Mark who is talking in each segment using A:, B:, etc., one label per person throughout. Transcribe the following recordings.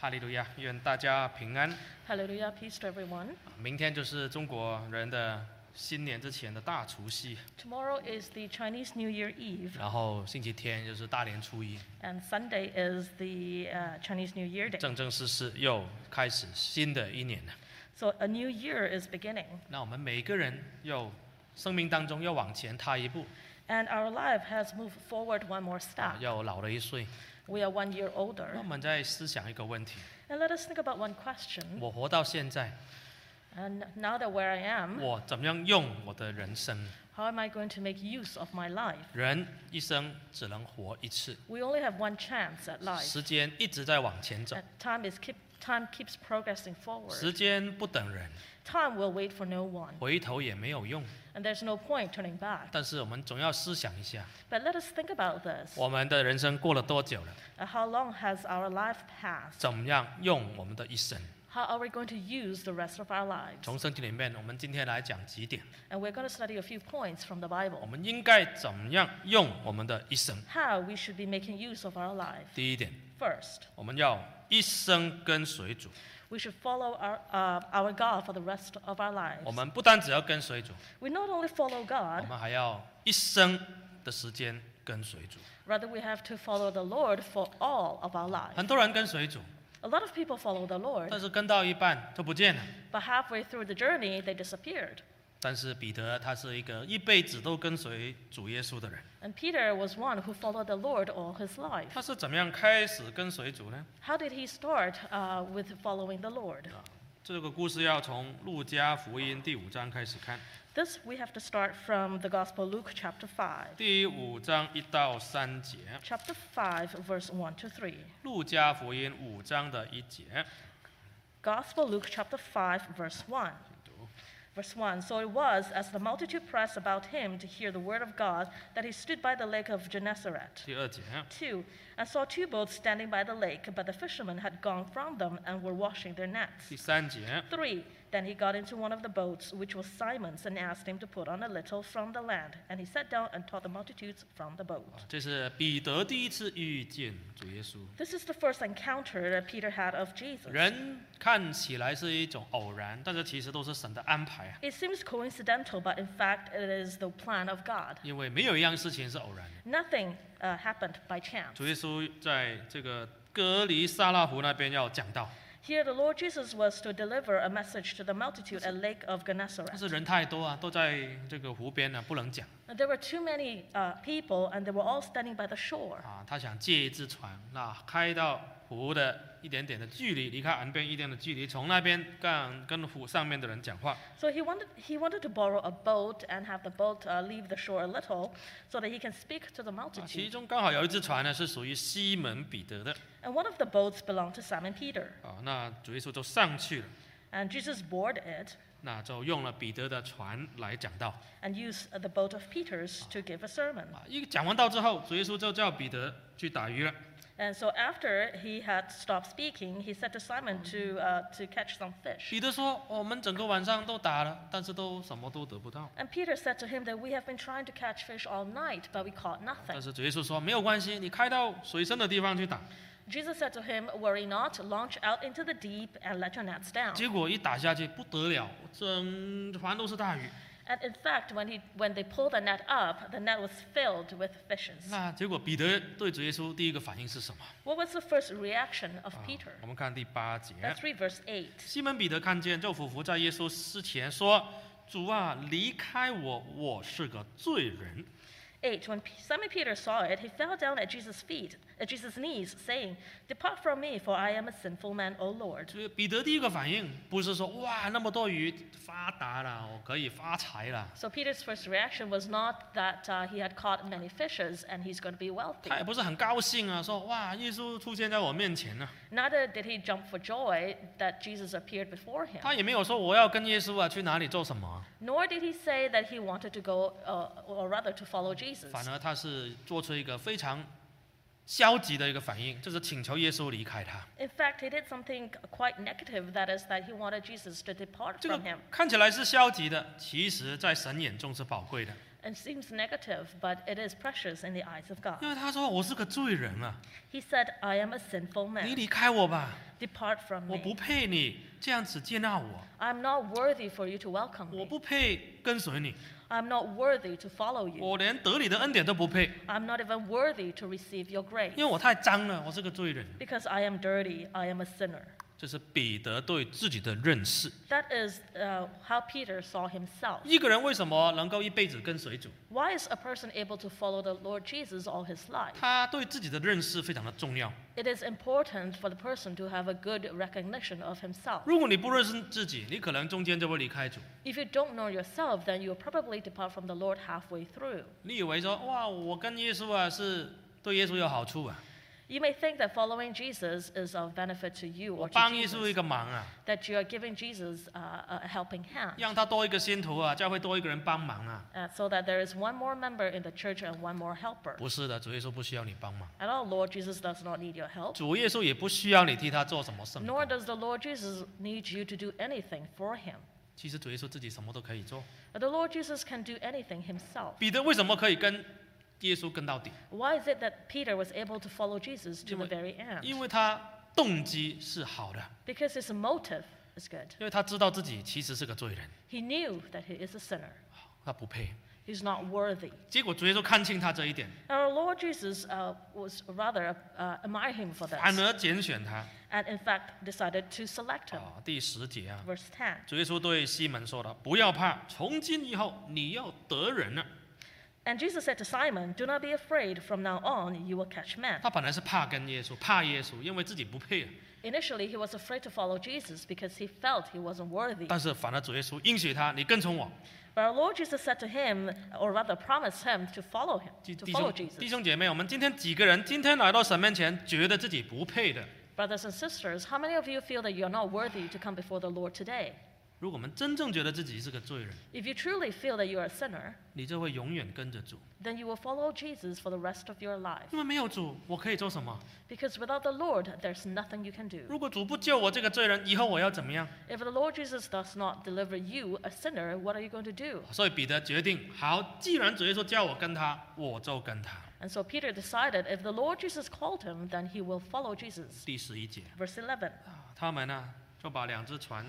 A: 哈利路亚，愿大家平安。
B: Hallelujah, peace to everyone.
A: 明天就是中国人的新年之前的大除夕，
B: Tomorrow is the Chinese New Year Eve,
A: 然后星期天就是大年初一，
B: and Sunday is the uh, Chinese New Year Day.
A: 正正式式又开始新的一年了。
B: So a new year is beginning,
A: 那我们每个人又生命当中要往前踏一步，
B: and our life has moved forward one more
A: 啊
B: step.
A: 要老了一岁。
B: We are one year
A: 那我
B: older.
A: 们在思想一个问题：
B: And let us think about one question.
A: 我活到现在，
B: And now that where I am,
A: 我怎么样用我的人生？
B: how am I going to make use of my life?
A: 人一生只能活一次，
B: We only have one chance at life.
A: 时间一直在往前走
B: And，time is keep time keeps progressing forward.
A: 时间不等人，
B: Time will wait for no one,
A: 回头也没有用。
B: and there's no point turning back.
A: 但是我们总要思想一下，
B: But let us think about this.
A: 我们的人生过了多久了？
B: Uh, How long has our life passed?
A: 怎么样用我们的一生？
B: How are we going to use the rest of our lives?
A: 从圣经里面，我们今天来讲几点，
B: And we're going to study a few points from the
A: 我
B: Bible.
A: 们应该怎么样用我们的一生？
B: How we should be making use of our life.
A: 第一点，
B: First,
A: 我们要一生跟随主。
B: we should follow our, uh, our God for the rest of our lives.
A: 我们不单只要跟随主，
B: We not only follow
A: 我
B: God,
A: 们还要一生的时间跟随主。
B: rather, we have to follow the Lord for all of our life.
A: 很多人跟随主，
B: A lot of people follow the Lord,
A: 但是跟到一半就不见了。
B: but halfway through the journey, they disappeared.
A: 但是彼得他是一个一辈子都跟随主耶稣的人，
B: And Peter was one who followed the Lord all his life.
A: 他是怎么样开始跟随主呢？
B: How did he start uh, with following the Lord?
A: 这个故事要从路加福音第五章开始看，
B: This we have to start from the Gospel Luke chapter 5.
A: 第五章一到三节，
B: Chapter 5, verse 1 to 3.
A: 路加福音五章的一节，
B: Gospel Luke chapter 5, verse 1.
A: 请读
B: Verse 1 So it was, as the multitude pressed about him to hear the word of God, that he stood by the lake of Gennesaret.
A: 第二节，
B: 2. And saw two boats standing by the lake, but the fishermen had gone from them and were washing their nets.
A: 第三节，
B: 3. Then he got into one of the boats, which was Simon's, and asked him to put on a little from the land. And he sat down and taught the multitudes from the boat.
A: 啊这是彼得第一次遇见主耶稣。
B: This is the first encounter that Peter had of Jesus.
A: 人看起来是一种偶然，但是其实都是神的安排啊，
B: It seems coincidental, but in fact, it is the plan of God.
A: 因为没有一样事情是偶然的。
B: Nothing uh, happened by chance.
A: 主耶稣在这个哥离撒拉湖那边要讲道，
B: Here, the Lord Jesus was to deliver a message to the multitude at Lake of
A: 但
B: Gennesaret.
A: 是人太多啊，都在这个湖边呢、啊不能讲
B: And There were too many uh, people, and they were all standing by the shore.
A: 啊。他想借一只船，那开到湖的一点点的距离，离开岸边一点的距离，从那边跟跟湖上面的人讲话。
B: So he wanted, he wanted to borrow a boat and have the boat uh, leave the shore a little so that he can speak to the
A: 啊其
B: multitude.
A: 中刚好有一只船呢，是属于西门彼得的
B: And one of the boats belonged to Simon Peter.
A: 啊。那主耶稣就上去了，
B: And Jesus boarded it
A: 那就用了彼得的船来讲道
B: and used the boat of Peter's to give a sermon.
A: 啊。一讲完道之后，主耶稣就叫彼得去打鱼了。
B: And so after he had stopped speaking, he said to Simon to, uh, to catch some fish.
A: 彼得说：“我们整个晚上都打了，但是都什么都得不到。”
B: And Peter said to him that we have been trying to catch fish all night, but we caught
A: 但
B: nothing.
A: 是主耶稣说没有关系，你开到水深的地方去打。
B: Jesus said to him, Worry not, launch out into the deep and let your nets down.
A: 结果一打下去不得了，整船都是大鱼。
B: And in fact, when, he, when they pulled the net up, the net was filled with fishes.
A: 那结果彼得对主耶稣第一个反应是什么？
B: What was the first reaction of
A: 啊
B: Peter?
A: 我们看第八节，
B: That's 3 verse 8.
A: 西门彼得看见，就俯伏在耶稣之前说：“主啊，离开我，我是个罪人。
B: 8. When P- Simon Peter saw it, he fell down at Jesus' feet, at Jesus' knees, saying, Depart from me, for I am a sinful man, O Lord. ”
A: 所以彼得第一个反应不是说：“哇，那么多鱼，发达了，我可以发财了。
B: So Peter's first reaction was not that uh, he had caught many fishes and he's going to be ” wealthy.
A: 他也不是很高兴啊，说：“哇，耶稣出现在我面前啊呢、
B: Neither did he jump for joy that Jesus appeared before him.
A: 他也没有说我要跟耶稣啊去哪里做什么啊、
B: Nor did he say that he wanted to go, uh, or rather, to follow Jesus.
A: 反而他是做出一个非常消极的一个反应，就是请求耶稣离开他。
B: In fact, he did something quite negative, that is, that he wanted Jesus to depart
A: 这个
B: from him.
A: 看起来是消极的，其实在神眼中是宝贵的。
B: It seems negative, but it is precious in the eyes of God.
A: 因为他说我是个罪人啊，
B: He said, I am a sinful
A: 你
B: man.
A: 离开我吧，
B: Depart from
A: 我不
B: me.
A: 配你这样子接纳我，
B: I'm not worthy for you to welcome
A: 我
B: me.
A: 不配跟随你，
B: I'm not worthy to follow you.
A: 我连得你的恩典都不配，
B: I'm not even worthy to receive your grace.
A: 因为我太脏了，我是个罪人。
B: Because I am dirty, I am a sinner.
A: 这是彼得对自己的认识。
B: That is uh, how Peter saw himself.
A: 一个人为什么能够一辈子跟随主？
B: Why is a person able to follow the Lord Jesus all his life?
A: 他对自己的认识非常的重要。
B: It is important for the person to have a good recognition of himself.
A: 如果你不认识自己，你可能中间就会离开主。
B: If you don't know yourself, then you'll probably depart from the Lord halfway through.
A: 你以为说哇，我跟耶稣啊是对耶稣有好处啊，
B: You may think that following Jesus is of benefit to you
A: 我
B: or
A: 帮
B: to
A: 耶稣一
B: Jesus,
A: 个忙啊，
B: that you are giving Jesus uh, a helping hand,
A: 让他多一个信徒啊，教会多一个人帮忙啊。
B: uh, so that there is one more member in the church and one more helper.
A: 不是的，主耶稣不需要你帮忙，
B: At all, Lord Jesus does not need your help,
A: 主耶稣也不需要你替他做什么事。
B: nor does the Lord Jesus need you to do anything for him.
A: 其实主耶稣自己什么都可以做。
B: But the Lord Jesus can do anything himself.
A: 彼得为什么可以跟耶稣跟到底？
B: Why is it that Peter was able to follow Jesus to the
A: 因为-
B: very end?
A: 因为他动机是好的，
B: Because his motive is good.
A: 因为他知道自己其实是个罪人，
B: He knew that he is a sinner.
A: 他不配。
B: He's not worthy.
A: 结果主耶稣看清他这一点，
B: Our Lord Jesus uh, was rather uh, admire him for this,
A: 反而拣选他。
B: and in fact decided to select him.
A: 啊，第十节啊，
B: Verse 10.
A: 主耶稣对西门说了：“不要怕，从今以后你要得人啊了。
B: And Jesus said to Simon, "Do not be afraid. From now on, you will catch men." ”
A: 他本来是怕跟耶稣，怕耶稣，因为自己不配啊。
B: Initially, he was afraid to follow Jesus because he felt he wasn't worthy.
A: 但是反而主耶稣应许他：“你跟从我。
B: But our Lord Jesus said to him, or rather promised him, to follow him, ”
A: 弟
B: to
A: 弟
B: follow
A: 兄
B: Jesus.
A: 弟兄姐妹，我们今天几个人今天来到神面前，觉得自己不配的？
B: Brothers and sisters, how many of you feel that you're not worthy to come before the Lord today?
A: 如果我们真正觉得自己是个罪人，
B: If you truly feel that you're a sinner,
A: 你就会永远跟着主，
B: then you will follow Jesus for the rest of your life.
A: 因为没有主，我可以做什么？
B: Because without the Lord, there's nothing you can do.
A: 如果主不救我这个罪人，以后我要怎么样？
B: If the Lord Jesus does not deliver you, a sinner, what are you going to do?
A: 所以彼得决定，好，既然主耶稣叫我跟他，我就跟他。
B: And so Peter decided if the Lord Jesus called him, then he will follow Jesus.
A: 第十一节，
B: Verse 11.
A: 啊他们呢就把两只船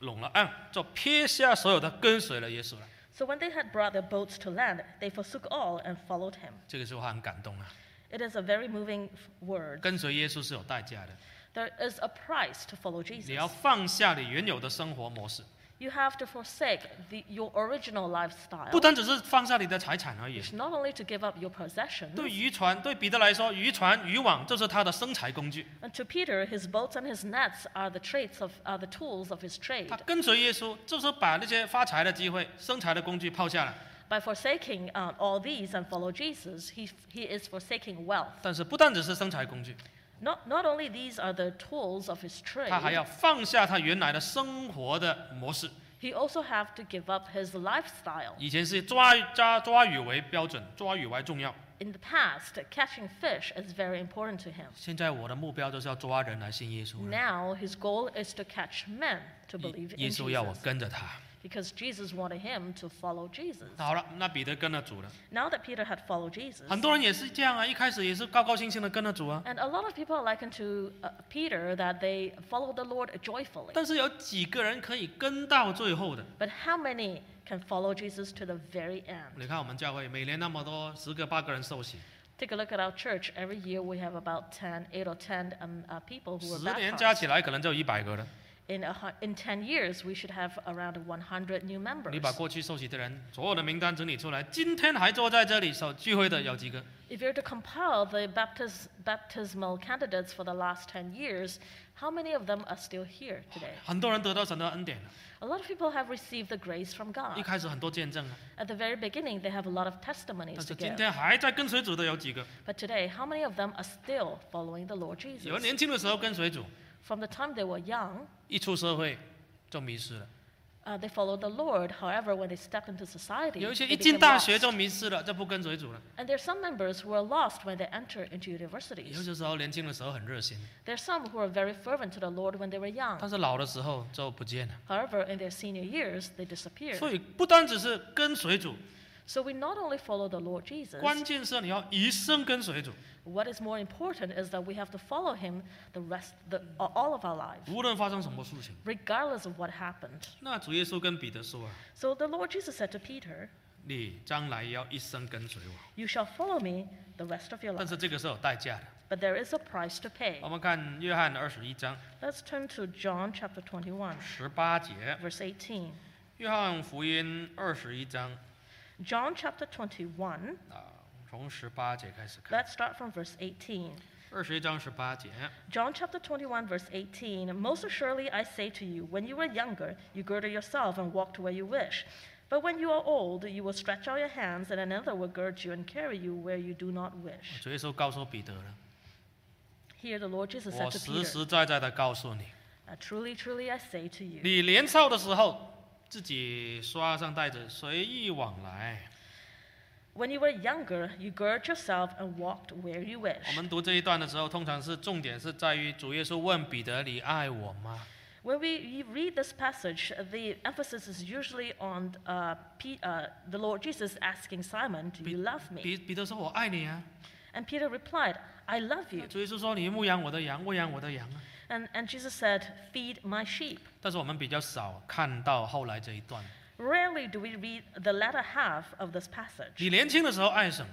A: 拢了岸，就撇下所有的，跟随了耶稣了。
B: So when they had brought their boats to land, they forsook all and followed him.
A: 这个时候他很感动啊，
B: It is a very moving f- word.
A: 跟随耶稣是有代价的，
B: There is a price to follow Jesus.
A: 你要放下你原有的生活模式，
B: You have to forsake the, your original lifestyle.
A: 不单只是放下你的财产而已。
B: It's not only to give up your possessions,
A: 对渔船，对彼得来说，渔船、渔网就是他的生财工具。
B: and to Peter, his boats and his nets are the traits of are the tools of his trade.
A: 他跟随耶稣，就是把那些发财的机会、生财的工具抛下来。
B: By forsaking uh, all these and follow Jesus, he he is forsaking wealth.
A: 但是不但只是生财工具，
B: Not not only these are the tools of his trade,
A: 他还要放下他原来的生活的模式。
B: he also have to give up his lifestyle.
A: 以前是抓抓抓鱼为标准，抓鱼为重要。
B: In the past, catching fish is very important to him.
A: 现在我的目标就是要抓人来信耶稣了，
B: Now his goal is to catch men to believe
A: 耶
B: in
A: 稣要我
B: Jesus
A: 跟着他。
B: because Jesus wanted him to follow Jesus.
A: 好了，那彼得跟了主了。
B: Now that Peter had followed Jesus,
A: 很多人也是这样啊，一开始也是高高兴兴的跟了主啊，
B: and a lot of people liken to uh, Peter that they follow the Lord joyfully.
A: 但是有几个人可以跟到最后的？
B: But how many can follow Jesus to the very end?
A: 你看我们教会每年那么多十个八个人受洗，
B: Take a look at our church. Every year we have about 10, 8 or 10 um, uh, people who
A: 十
B: are
A: 年加
B: baptized.
A: 起来可能就一百个了。
B: In, a, hu- in 10 years, we should have around 100 new
A: 你
B: members.
A: 把过去受洗的人所有的名单整理出来，今天还坐在这里守聚会的有几个？
B: If you're to compile the baptis- baptismal candidates for the last 10 years, how many of them are still here today?
A: 很多人得到神的恩典了，
B: A lot of people have received the grace from
A: 一
B: God.
A: 开始很多见证啊，
B: At the very beginning, they have a lot of
A: 但
B: testimonies to
A: 是今
B: give.
A: 天还在跟随主的有几个？
B: But today, how many of them are still following the Lord
A: 有人
B: Jesus?
A: 年轻的时候跟随主，
B: From the time they were young,
A: 一出社会就迷失了；
B: uh, they followed the Lord. However, when they step into society,
A: 有一些
B: they
A: 一进
B: became
A: 大学
B: lost.
A: 就迷失了，就不跟随主了。
B: And there are some members who are lost when they enter into
A: 有
B: universities.
A: 些时候年轻的时候很热心，
B: There are some who are very fervent to the Lord when they were young.
A: 但是老的时候就不见了。
B: However, in their senior years, they disappear.
A: 所以不单只是跟随主，
B: So we not only follow the Lord Jesus,
A: 关键是你要一生跟随主，
B: what is more important is that we have to follow him the rest, the, all of our lives,
A: 无论发生什么事情。
B: regardless of what happened.
A: 那主耶稣跟彼得说啊，
B: So the Lord Jesus said to Peter,
A: 你将来要一生跟随我，
B: You shall follow me the rest of your
A: 但
B: life.
A: 是这个是有代价的。
B: But there is a price to pay.
A: 我们看约翰二十一章
B: Let's turn to John chapter 21,
A: 十八节，
B: verse 18.
A: 约翰福音二十一章
B: John chapter 21,
A: 啊，从十八节开始看，
B: let's start from verse 18.
A: 二十一章十八节，
B: John chapter 21, verse 18 Most assuredly I say to you, when you were younger, you girded yourself and walked where you wish. But when you are old, you will stretch out your hands, and another will gird you and carry you where you do not wish.
A: 主耶稣告诉彼得了，
B: Here the Lord Jesus
A: 我
B: said to
A: 实
B: Peter,
A: 实在在的告诉你，
B: "Uh, Truly, truly I say to you,
A: 你年少的时候自己刷上带子，随意往来。
B: when you were younger, you girded yourself and walked where you
A: 我
B: wish.
A: 们读这一段的时候，通常是重点是在于主耶稣问彼得：“你爱我吗
B: When we you read this passage, the emphasis is usually on uh, Pe- uh, the Lord Jesus asking Simon, Do you love？”
A: 彼
B: me?
A: 彼得说：“我爱你啊。
B: And Peter replied, I love ”you.
A: 主耶稣说：“你牧养我的羊，喂养我的羊啊。
B: And, and Jesus said, Feed my sheep. ”
A: 但是我们比较少看到后来这一段。
B: Rarely do we read the latter half of this passage.
A: 你年轻的时候爱神，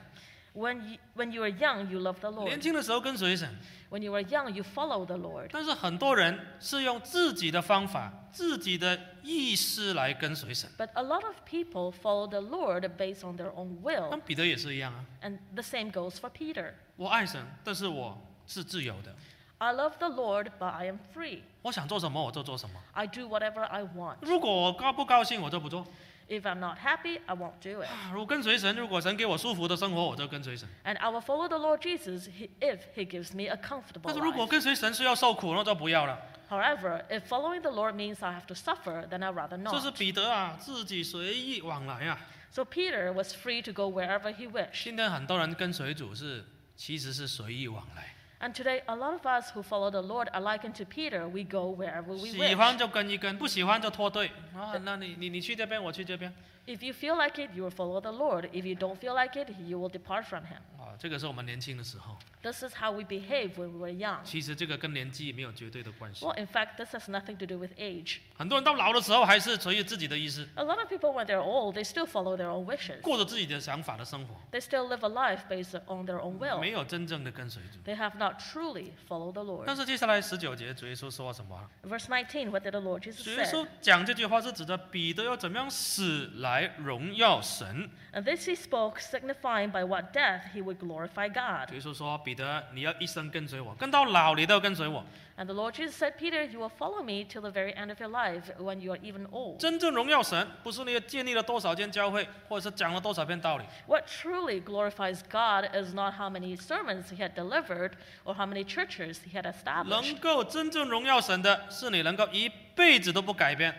B: When you, when you are young, you love the
A: 年
B: Lord.
A: 轻的时候跟随神，
B: When you are young, you follow the Lord.
A: 但是很多人是用自己的方法、自己的意识来跟随神。
B: But a lot of people follow the Lord based on their own
A: 那
B: will.
A: 彼得也是一样啊，
B: And the same goes for Peter.
A: 我爱神，但是我是自由的，
B: I love the Lord, but I am free.
A: 我想做什么我就做什么。
B: I do whatever I want.
A: 如果我高不高兴，我就不做。
B: If I'm not happy, I won't do it.
A: 啊，我跟随神，如果神给我舒服的生活，我就跟随神。
B: And I will follow the Lord Jesus he- if he gives me a
A: 但
B: comfortable
A: 是如果
B: life.
A: 跟随神是要受苦，那就不要了。
B: However, if following the Lord means I have to suffer, then I'd rather
A: 这是
B: not.
A: 彼得啊，自己随意往来啊。
B: So Peter was free to go wherever he wished.
A: 现在很多人跟随主是，其实是随意往来，
B: And today, a lot of us who follow the Lord are likened to Peter. We go wherever we
A: 喜
B: wish.
A: 欢就跟一跟，不喜欢就脱队啊。那你你你去这边，我去这边
B: If you feel like it, you will follow the Lord. If you don't feel like it, you will depart from him.
A: 啊。这个是我们年轻的时候，
B: This is how we behave when we were young.
A: 其实这个跟年纪没有绝对的关系
B: Well,。in fact, this has nothing to do with age.
A: 很多人到老的时候还是随意自己的意思，
B: A lot of people, when they're old, they still follow their own wishes.
A: 过着自己的想法的生活，
B: They still live a life based on their own will.
A: 没有真正的跟随主。
B: They have not truly followed the Lord.
A: 但是接下来十九节，主耶稣说什么啊？
B: Verse 19, what did the Lord Jesus
A: 主耶
B: say?
A: 稣讲这句话是指着彼得要怎么样死来荣耀神。
B: And this he spoke, signifying by what death he would glorify
A: 主
B: God.
A: 耶稣说：“彼得，你要一生跟随我，跟到老你都要跟随我。
B: And the Lord Jesus said, Peter, you will follow me till the very end of your life when you are even old.
A: 真正荣耀神，不是你建立了多少间教会，或者是讲了多少遍道理，
B: What truly glorifies God is not how many sermons he had delivered or how many churches he had
A: 能
B: established.
A: 够真正荣耀神的是你能够一辈子都不改变，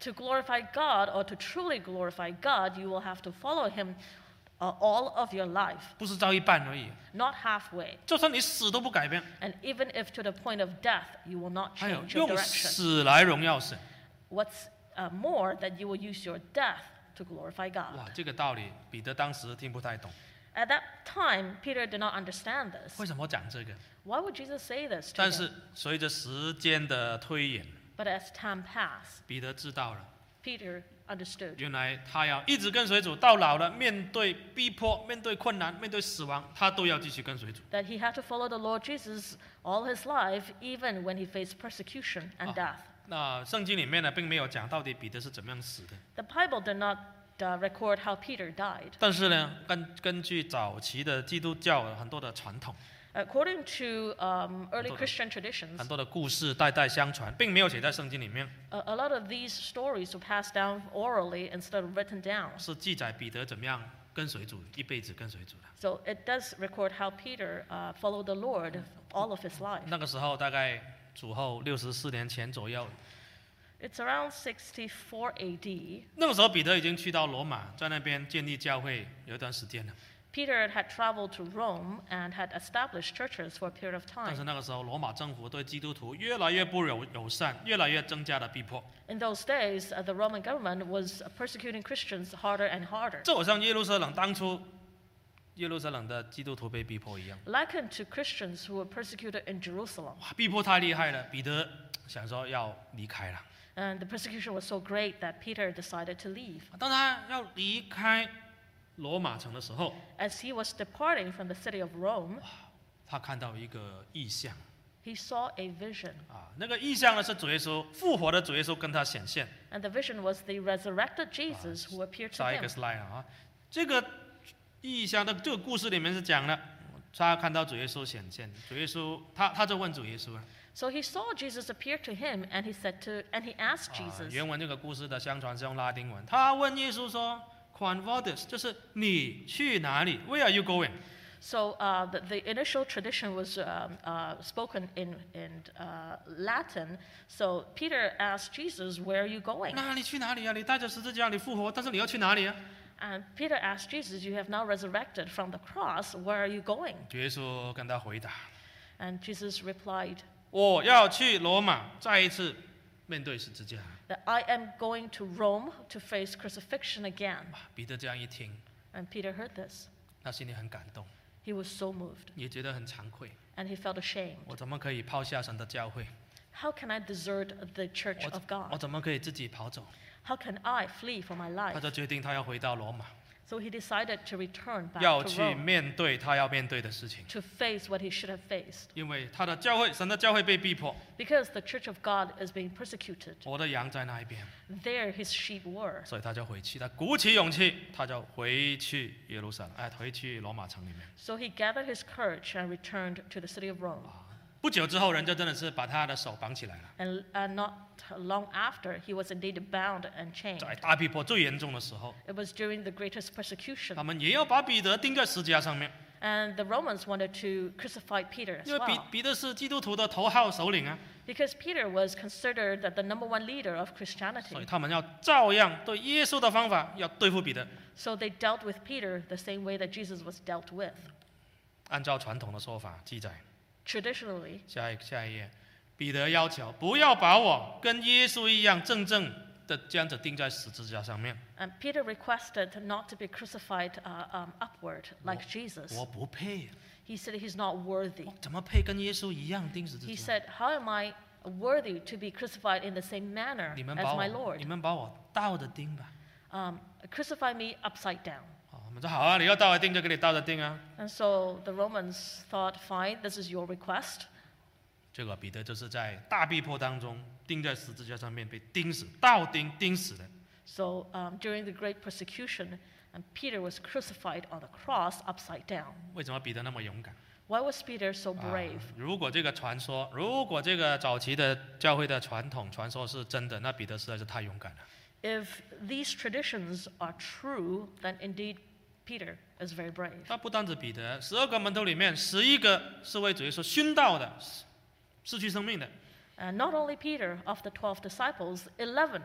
B: To glorify God or to truly glorify God, you will have to follow him uh, all of your life,
A: 不是到一半而已。
B: not halfway.
A: 就算你死都不改变，
B: And even if to the point of death, you will not
A: 还有
B: change your
A: 用
B: direction.
A: 死来荣耀神。
B: What's uh, more, that you will use your death to glorify God.
A: 哇，这个道理彼得当时听不太懂。
B: At that time, Peter did not understand this.
A: 为什么讲这个？
B: Why would Jesus say this to
A: 但
B: him?
A: 是随着时间的推演，
B: But as time passed,
A: 彼得知道了。”
B: Peter understood.
A: 原来他要一直跟随主到老了，面对逼迫、面对困难、面对死亡，他都要继续跟随主。
B: That he had to follow the Lord Jesus all his life, even when he faced persecution and
A: Ah.
B: death.
A: 那圣经里面呢，并没有讲到底彼得是怎么样死的，
B: The Bible did not uh, record how Peter died.
A: 但是呢，根根据早期的基督教很多的传统、
B: According to um, early
A: Hold on.
B: Christian traditions,
A: 很多的故事代代相传，并没有写在圣经里面，
B: a, a lot of these stories were passed down orally instead of written down.
A: 是记载彼得怎么样跟随主，一辈子跟随主的。
B: So it does record how Peter uh, followed the Lord all of his life.
A: 那个时候大概主后六十四年前左右，
B: It's around 64 AD.
A: 那个时候彼得已经去到罗马，在那边建立教会有一段时间了。
B: Peter had traveled to Rome and had established churches for a period of
A: 但是
B: time.
A: 那个时候，罗马政府对基督徒越来越不友友善，越来越增加了逼迫。
B: In those days, uh, the Roman government was persecuting Christians harder and harder,
A: 这好像耶路撒冷当初耶路撒冷的基督徒被逼迫一样，
B: likened to Christians who were persecuted in Jerusalem.
A: 哇，逼迫太厉害了，彼得想说要离开了。
B: And the persecution was so great that Peter decided to leave.
A: 当他要离开罗马城的时候，
B: As he was departing from the city of Rome,
A: 他看到一个异象
B: he saw a vision.
A: 啊，那个异象呢是主耶稣复活的主耶稣跟他显现。
B: And the vision was the resurrected Jesus who appeared to
A: 下一
B: him.
A: 个 slide 啊，这个意象的这个故事里面是讲了，他看到主耶稣显现，主耶稣他他就问主耶稣了。
B: So he saw Jesus appear to him and he said to and he asked
A: 啊
B: Jesus.
A: 原文这个故事的相传是用拉丁文，他问耶稣说 q u a n v o d i s 就是你去哪里？Where are you going？
B: So uh, the, the initial tradition was um, uh, spoken in, in uh, Latin. So Peter asked Jesus, Where are you going?
A: 那你去哪里啊？你带着十字架，你复活，但是你要去哪里啊？
B: And Peter asked Jesus, You have now resurrected from the cross. Where are you going?
A: 主耶稣跟他回答
B: And Jesus replied,：“
A: 我要去罗马，再一次面对十字架。
B: that I am going to Rome to face crucifixion again. ”
A: 哇，彼得这样一听，
B: And Peter heard this.
A: 他心里很感动，
B: He was so moved
A: 也觉得很惭愧。
B: and he felt ashamed.
A: 我怎么可以抛下神的教会？
B: How can I desert the church
A: 我
B: of
A: 怎我
B: God?
A: 怎么可以自己跑走？
B: How can I flee for my
A: 他
B: life?
A: 就决定他要回到罗马，
B: So he decided to return back
A: 要
B: to
A: 去
B: Rome
A: 面对他要面对的事情，
B: to face what he should have faced
A: 因为他的教会，神的教会被逼迫。
B: because the church of God is being persecuted.
A: 我的羊在那一边，
B: There his sheep were.
A: 所以他就回去，他鼓起勇气，他就回去耶路撒冷，哎，回去罗马城里面。
B: So he gathered his courage and returned to the city of Rome.
A: 不久之后，人就真的是把他的手绑起来了，
B: And uh, not long after, he was indeed bound and chained.
A: 在大逼迫最严重的时候，
B: It was during the greatest persecution.
A: 他们也要把彼得钉在十字架上面，
B: And the Romans wanted to crucify Peter as
A: 因为彼
B: well
A: 彼得是基督徒的头号首领啊，
B: because Peter was considered the number one leader of
A: 所以
B: Christianity.
A: 他们要照样对耶稣的方法要对付彼得。
B: So they dealt with Peter the same way that Jesus was dealt with.
A: 按照传统的说法记载，
B: Traditionally,
A: 下一下一页，彼得要求不要把我跟耶稣一样正正的这样子钉在十字架上面，
B: and Peter requested not to be crucified uh, um, upward like Jesus.
A: 我不配、啊
B: He said he's not worthy.
A: 我怎么配跟耶稣一样钉十字
B: He
A: 架？
B: said, How am I worthy to be crucified in the same manner
A: 你们
B: as
A: 把
B: my
A: 我，你
B: Lord?
A: 们把我倒着钉吧。
B: Um, crucify me upside down.
A: 啊，我们说好啊，你要倒着钉就给你倒着钉啊。
B: And so the Romans thought, Fine, this is your request.
A: 结果彼得就是在大逼迫当中钉在十字架上面被钉死，倒钉钉死的。
B: So um, during the great persecution, and Peter was crucified on the cross upside down.
A: 为什么彼得那么勇敢？
B: Why was Peter so
A: 啊
B: brave?
A: 如果这个传说，如果这个早期的教会的传统传说是真的，那彼得实在是太勇敢了。
B: If these traditions are true, then indeed Peter is very brave.
A: 他不单指彼得，十二个门徒里面，十一个是为主耶稣殉道的，失失去生命的。
B: And not only Peter, of the 12 disciples, 11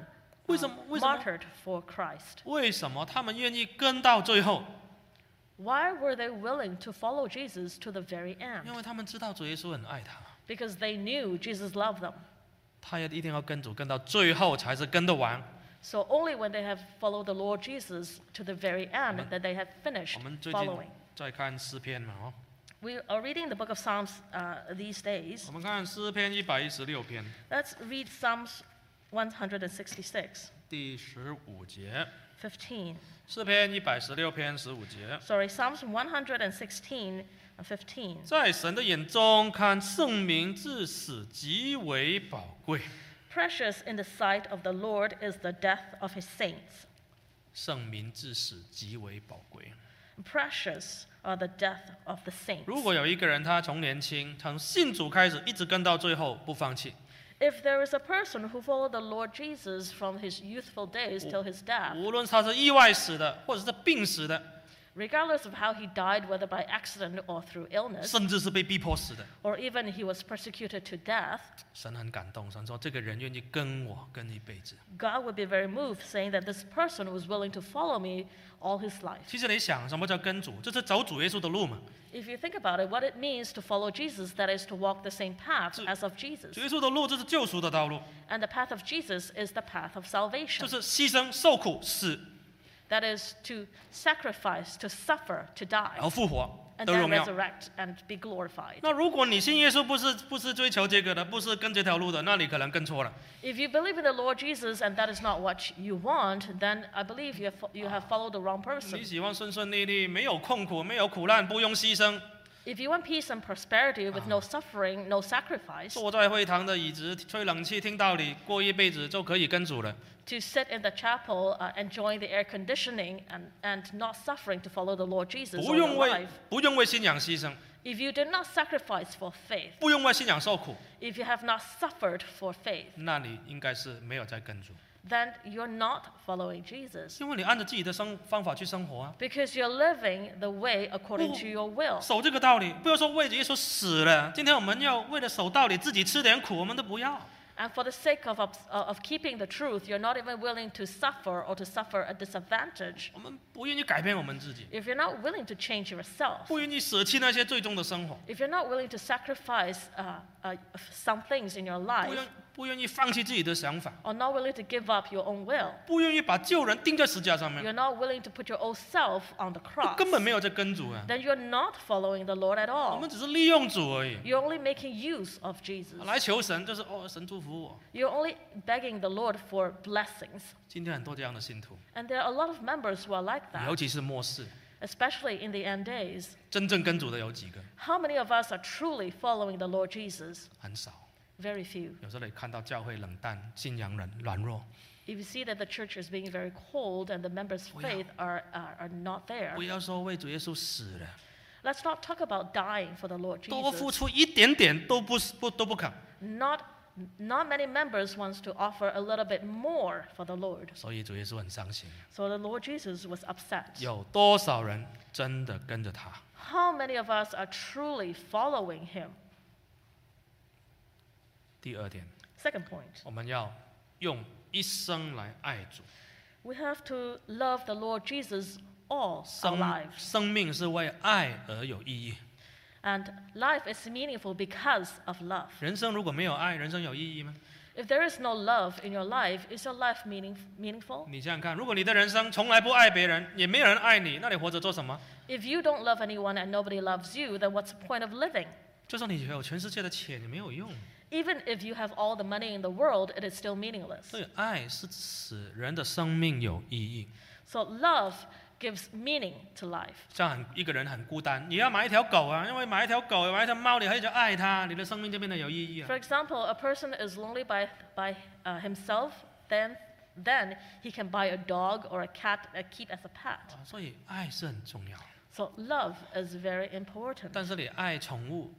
A: 为什
B: um,
A: 么？为什么？
B: martyred for Christ.
A: 为什么他们愿意跟到最后？
B: Why were they willing to follow Jesus to the very end?
A: 因为他们知道主耶稣很爱他，
B: Because they knew Jesus loved them.
A: 他也一定要跟主跟到最后才是跟得完。
B: So only when they have followed the Lord Jesus to the very end
A: Amen.
B: that they have
A: 我
B: finished
A: 们最近
B: following.
A: 在看诗篇嘛，哦，
B: We are reading the book of Psalms uh, these days.
A: 我们看诗篇一百一十六篇
B: Let's read Psalms 166,
A: 第十五节，
B: 15.
A: 诗篇一百十六篇十五节，
B: Sorry, Psalms 116 and 15.
A: 在神的眼中看圣明至死极为宝贵，
B: Precious in the sight of the Lord is the death of his saints.
A: 圣明至死极为宝贵。
B: Precious are the death of the saints.
A: 如果有一个人，他从年轻从信主开始，一直跟到最后不放弃，
B: If there is a person who followed the Lord Jesus from his youthful days till his death,
A: 无论他是意外死的，或者是病死的，
B: regardless of how he died, whether by accident or through illness,
A: 甚至是被逼迫死的。
B: or even he was persecuted to death,
A: 神很感动，神说这个人愿意跟我跟一辈子。
B: God would be very moved, saying that this person was willing to follow me all his life.
A: 其实你想，什么叫跟主？这是走主耶稣的路嘛？
B: If you think about it, what it means to follow Jesus, that is to walk the same path as of Jesus.
A: 主耶稣的路，这是救赎的道路，
B: And the path of Jesus is the path of
A: 就
B: salvation.
A: 是牺牲、受苦、死，
B: That is to sacrifice, to suffer, to
A: 然
B: die,
A: 后复活，
B: and
A: 得
B: then
A: 荣耀。
B: resurrect and be glorified.
A: 那如果你信耶稣不是不是追求这个的，不是跟这条路的，那你可能跟错了。
B: If you believe in the Lord Jesus and that is not what you want, then I believe you have, fo- you have followed the wrong
A: 你
B: person.
A: 喜欢顺顺利利，没有痛苦，没有苦难，不用牺牲，
B: If you want peace and prosperity with no suffering, no sacrifice,
A: 坐在会堂的椅子吹冷气听道理，过一辈子就可以跟主了。
B: to sit in the chapel uh, enjoying the air conditioning and, and not suffering to follow the Lord Jesus
A: 不
B: all your
A: 用为
B: life,
A: 不用为信仰牺牲，
B: if you did not sacrifice for faith,
A: 不用为信仰受苦，
B: if you have not suffered for faith,
A: 那你应该是没有在跟主，
B: then you're not following Jesus
A: 因为你按照自己的生方法去生活啊。
B: because you're living the way according
A: Oh.
B: to your will.
A: 守这个道理，不要说为耶稣死了。今天我们要为了守道理，自己吃点苦，我们都不要。
B: And for the sake of, obs- uh, of keeping the truth, you're not even willing to suffer or to suffer a disadvantage
A: 我们不愿意改变我们自己，
B: if you're not willing to change yourself.
A: 不愿意舍弃那些最终的生活，
B: If you're not willing to sacrifice uh, uh, some things in your
A: 不
B: life
A: 愿不愿意放弃自己的想法，
B: or not willing to give up your own will,
A: 不愿意把旧人钉在石架上面，
B: you're not willing to put your old self on the
A: 就
B: cross,
A: 根本没有在跟主啊。
B: then you're not following the Lord at
A: 我
B: all.
A: 们只是利用主而已，
B: You're only making use of Jesus.
A: 来求神就是哦，神祝福我。
B: You're only begging the Lord for blessings.
A: 今天很多这样的信徒，
B: And there are a lot of members who are like
A: 尤
B: that,
A: 其是末世，
B: especially in the end days.
A: 真正跟主的有几个？
B: How many of us are truly following the Lord Jesus?
A: 很少。
B: Very few.
A: 有时候你看到教会冷淡，信仰软软弱，
B: If you see that the church is being very cold and the members'
A: Oh, yeah. Oh,
B: faith are, are, are not there,
A: 不要说为主耶稣死了。
B: let's not talk about dying for the Lord
A: 多付
B: Jesus.
A: 出一点点都不不都不肯，
B: Not, not many members wants to offer a little bit more for the Lord.
A: 所以主耶稣很伤心。
B: So the Lord Jesus was upset.
A: 有多少人真的跟着他？
B: How many of us are truly following him?
A: 第二点，
B: Second point.
A: 我们要用一生来爱主，
B: We have to love the Lord Jesus all our
A: 生
B: lives.
A: 生命是为爱而有意义。
B: And life is meaningful because of love.
A: 人生如果没有爱，人生有意义吗？
B: If there is no love in your life, is your life meaning, meaningful?
A: 你想想看，如果你的人生从来不爱别人，也没有人爱你，那你活着做什么？
B: If you don't love anyone and nobody loves you, then what's the point of living?
A: 就算你有全世界的钱，也没有用。
B: Even if you have all the money in the world, it is still meaningless.
A: 所以，爱是使人的生命有意义。
B: So love gives meaning to life.
A: 这样很一个人很孤单，你要买一条狗啊，因为买一条狗、买一条猫，你可以去爱它，你的生命就变得有意义啊
B: For。example, a person is lonely by, by uh, himself, then, then he can buy a dog or a cat and keep as a pet.
A: 啊所以爱是很重要，
B: So love is very important.
A: 但是你爱宠物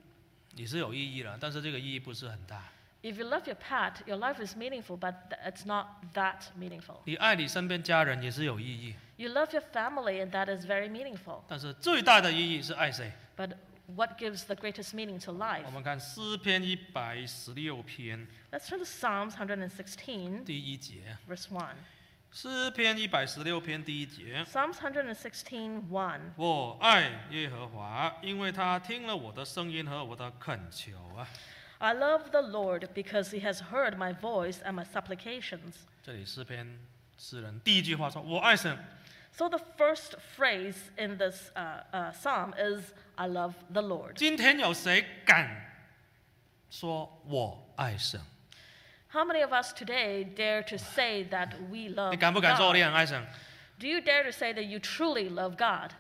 A: 也是有意义了，但是这个意义不是很大。
B: If you love your pet, your life is meaningful, but th- it's not that meaningful.
A: 你爱你身边家人也是有意义，
B: You love your family, and that is very meaningful.
A: 但是最大的意义是爱谁？
B: But what gives the greatest meaning to life?
A: 我们看诗篇一百十六篇
B: Let's turn to Psalms 116,
A: 第一节，
B: verse 1.
A: 诗篇一百十六篇第一节。
B: Psalms 116, 1.
A: 我爱耶和华，因为他听了我的声音和我的恳求啊。
B: I love the Lord because he has heard my voice and my supplications.
A: 这里诗篇诗人第一句话说：“我爱神，
B: So the first phrase in this uh, uh, psalm is, I love the Lord.
A: 今天有谁敢说我爱神？
B: How many of us today dare to say that we love
A: 你敢不敢说
B: God?
A: 你很爱神？
B: Do you dare to say that you truly love God?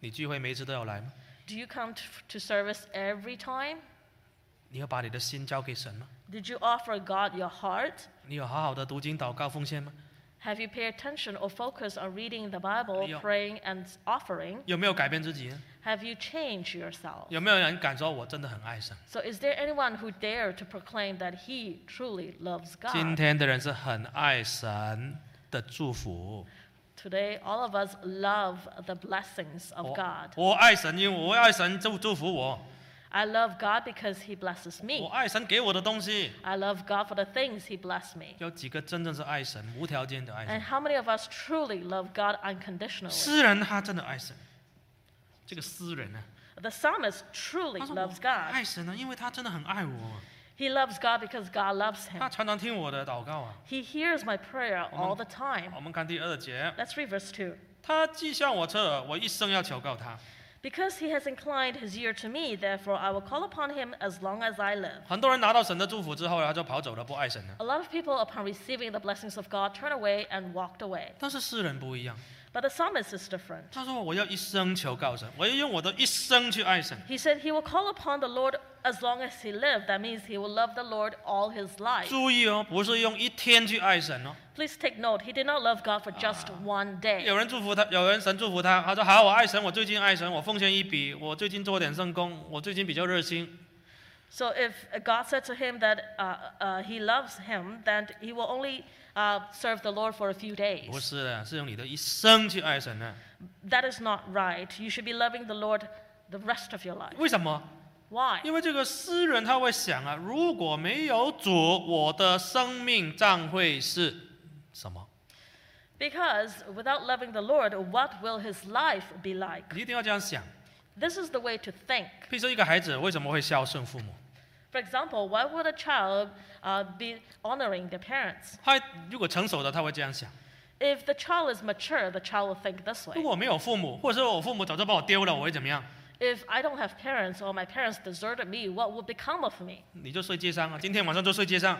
A: 你聚会每一次都有来吗？
B: Do you come t- to service every time?
A: 你有把你的心交给神吗？
B: Did you offer God your heart?
A: 你有好好的读经、祷告、奉献吗？
B: Have you paid attention or focused on reading the Bible,
A: Yeah.
B: praying, and offering?
A: 有没有改变自己呢？啊
B: Have you changed yourself?
A: 有没有人敢说我真的很爱神？
B: So, is there anyone who dare to proclaim that he truly loves
A: 今
B: God?
A: 天的人是很爱神的祝福，
B: Today, all of us love the blessings of
A: 我
B: God.
A: 我爱神，因为我爱神就祝福我。
B: I love God because He blesses
A: 我
B: me.
A: 爱神给我的东西，
B: I love God for the things He blessed me.
A: 有几个真正是爱神，无条件的爱
B: And
A: 神？
B: how many of us truly love God unconditionally?
A: 诗人他真的爱神，这个诗人呢、
B: The psalmist truly
A: 他说
B: loves
A: 我
B: God.
A: 爱神呢、啊因为他真的很爱我，啊
B: He loves God because God loves him.
A: 他常常听我的祷告啊。
B: He hears my prayer all the time.
A: 我们看第二节，
B: Let's read verse 2.
A: 他既向我侧耳，我一生要求告他。
B: Because he has inclined his ear to me, therefore I will call upon him as long as I live.
A: 很多人拿到神的祝福之后，他就跑走了，不爱神了。
B: A lot of people, upon receiving the blessings of God, turn away and walked away.
A: 但是诗人不一样，
B: But the psalmist is different.
A: 他说我要一生求告神，我要用我的一生去爱神。
B: He said he will call upon the Lord as long as he lived. That means he will love the Lord all his life.
A: 注意哦，不是用一天去爱神哦。
B: Please take note, he did not love God for just one day.
A: 有人祝福他，有人神祝福他，他说好，我爱神，我最近爱神，我奉献一笔，我最近做点圣工，我最近比较热心。
B: So if God said to him that uh, uh, he loves him, then he will only uh, serve the Lord for a few
A: 不
B: days.
A: 是的，是用你的一生去爱神的。
B: That is not right. You should be loving the Lord the rest of your life.
A: 为什么？
B: Why?
A: 因为这个诗人他会想啊，如果没有主，我的生命将会是什么？
B: Because without loving the Lord, what will his life be like?
A: 你一定要这样想。
B: This is the way to think.
A: 譬如说，一个孩子为什么会孝顺父母？
B: For example, why would a child uh, be honoring their parents?
A: 他如果成熟的，他会这样想：
B: If the child is mature, the child will think this
A: 如
B: way.
A: 果我没有父母，或者说我父母早就把我丢了，我会怎么样？
B: If I don't have parents or my parents deserted me, what will become of me?
A: 你就睡街上啊，今天晚上就睡街上。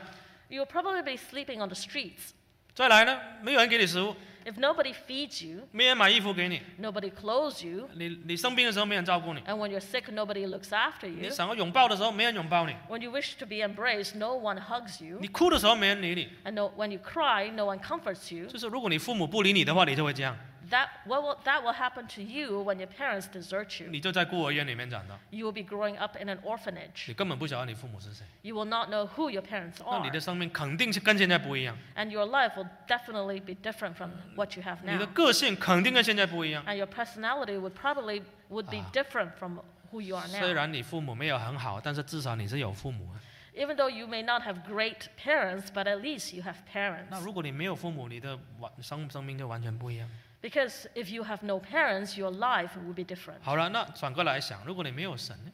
B: You'll probably be sleeping on the streets.
A: 再来呢，没有人给你食物，
B: If nobody feeds you,
A: 没人买衣服给你，
B: nobody clothes you,
A: 你你生病的时候没人照顾你，
B: and when you're sick, nobody looks after
A: 你
B: you.
A: 想要拥抱的时候没人拥抱你，
B: When you wish to be embraced, no one hugs you.
A: 你哭的时候没人理你。
B: And no, when you cry, no one comforts you.
A: 就是如果你父母不理你的话，你就会这样，
B: That, what will, that will happen to you when your parents desert you.
A: 你就在孤儿院里面长大，
B: You will be growing up in an
A: 你
B: orphanage.
A: 根本不晓得你父母是谁，
B: You will not know who your parents
A: 那你
B: are.
A: 的生命肯定是跟现在不一样，
B: And your life will definitely be different from what you have
A: 你的
B: now.
A: 个性肯定跟现在不一样。
B: And your personality would probably would be
A: Ah.
B: different from who you are
A: 虽
B: now.
A: 然你父母没有很好，但是至少你是有父母啊。
B: Even though you may not have great parents, but at least you have
A: 那
B: parents.
A: 如果你没有父母，你的完生生命就完全不一样。
B: Because if you have no parents, your life will be different.
A: 好了，那反过来想，如果你没有神呢，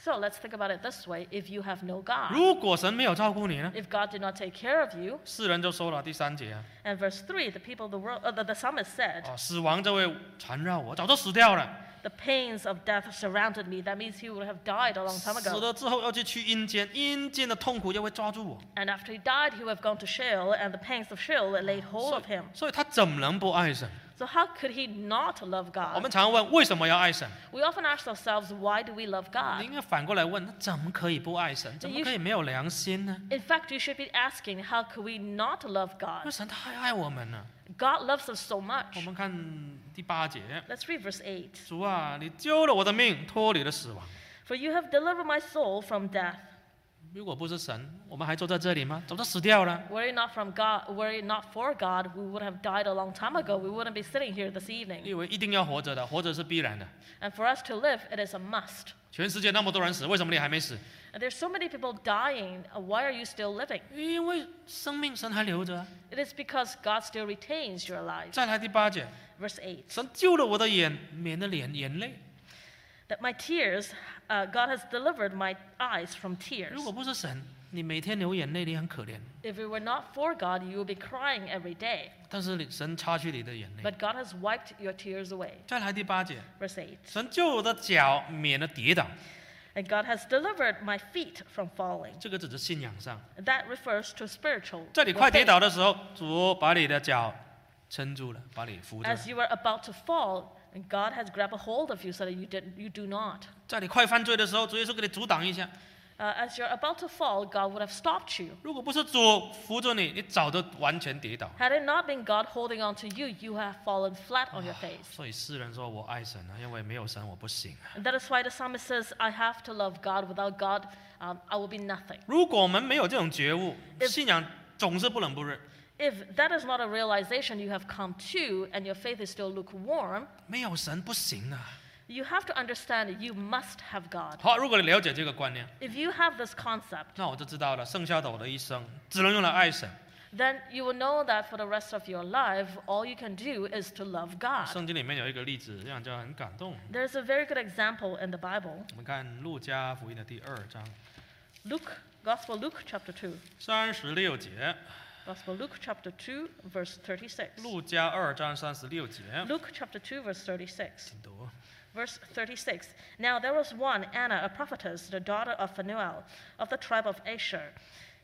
B: So let's think about it this way if you have no God,
A: 如果神没有照顾你呢？
B: if God did not take care of you,
A: 世人就说了第三节啊，
B: And verse 3, the people of the world, uh, the, the psalmist said,
A: 啊，死亡就会缠绕我，早就死掉了，
B: The pains of death surrounded me. That means he would have died a long time
A: 死
B: ago.
A: 了之后要去去阴间，阴间的痛苦又会抓住我。
B: And after he died, he would have gone to Sheol, and the pangs of Sheol laid hold
A: 所
B: of him.
A: 以，所以他怎么能不爱神？
B: So, how could he not love
A: 我们
B: God?
A: 常问为什么要爱神，
B: We often ask ourselves, why do we love
A: 你
B: God?
A: 应该反过来问，那怎么可以不爱神？怎么可以没有良心呢？
B: In fact, you should be asking, how could we not love
A: 因为
B: God?
A: 神太爱我们了。
B: God loves us so
A: 我
B: much.
A: 们看第八节，
B: Let's read verse 8.
A: 主啊，你救了我的命，脱离了死亡。
B: For you have delivered my soul from death.
A: 如果不是神，我们还坐在这里吗？早就死掉了。
B: Were it not from God, were it not for God, we would have died a long time ago. We wouldn't be sitting here this evening.
A: 你以为一定要活着的，活着是必然的。
B: And for us to live, it is a must.
A: 全世界那么多人死，为什么你还没死？
B: And there's so many people dying. uh, Why are you still living?
A: 因为生命神还留着啊。
B: It is because God still retains your life.
A: 再来第八节，
B: Verse 8
A: 神救了我的眼，免了眼眼泪。
B: that my tears, uh, God has delivered my eyes from tears.
A: 如果不是神，你每天流眼泪，你很可怜。
B: If it were not for God, you would be crying every day.
A: 但是你神擦去你的眼泪。
B: But God has wiped your tears away.
A: 再来第八节，
B: Verse 8
A: 神救我的脚，免了跌倒。
B: And God has delivered my feet from falling.
A: 这个只是信仰上，
B: That refers to spiritual.
A: 在你
B: your
A: 快跌
B: faith.
A: 倒的时候，主把你的脚撑住了，把你扶住了。
B: As you were about to fall, and God has grabbed a hold of you so that you, did, you do not.
A: 在你快犯罪的时候，主耶稣给你阻挡一下。
B: Uh, as you're about to fall, God would have stopped you.
A: 如果不是主扶着你，你早就完全跌倒。
B: Had it not been God holding on to you, you have fallen flat on your face.
A: 所以诗人说：“我爱神啊，因为没有神我不行啊。
B: And that is why the psalmist says, I have to love God. Without God, um, I will be nothing. ”
A: 如果我们没有这种觉悟，
B: If-
A: 信仰总是不冷不热。
B: If that is not a realization you have come to and your faith is still lukewarm,
A: 没有神不行啊！
B: you have to understand you must have God.
A: 好，如果你了解这个观念，
B: If you have this concept,
A: 那我就知道了，剩下的我的一生只能用来爱神。
B: then you will know that for the rest of your life, all you can do is to love God.
A: 圣经里面有一个例子，让人家很感动。
B: There's a very good example in the Bible
A: 我们看路加福音的第二章
B: Luke, Gospel Luke chapter 2.
A: 三十六节，
B: Gospel Luke chapter 2, verse 36.
A: 路加二章三十六节，
B: Luke chapter 2, verse 36.
A: 请读。
B: Verse 36 Now there was one, Anna, a prophetess, the daughter of Phanuel, of the tribe of Asher.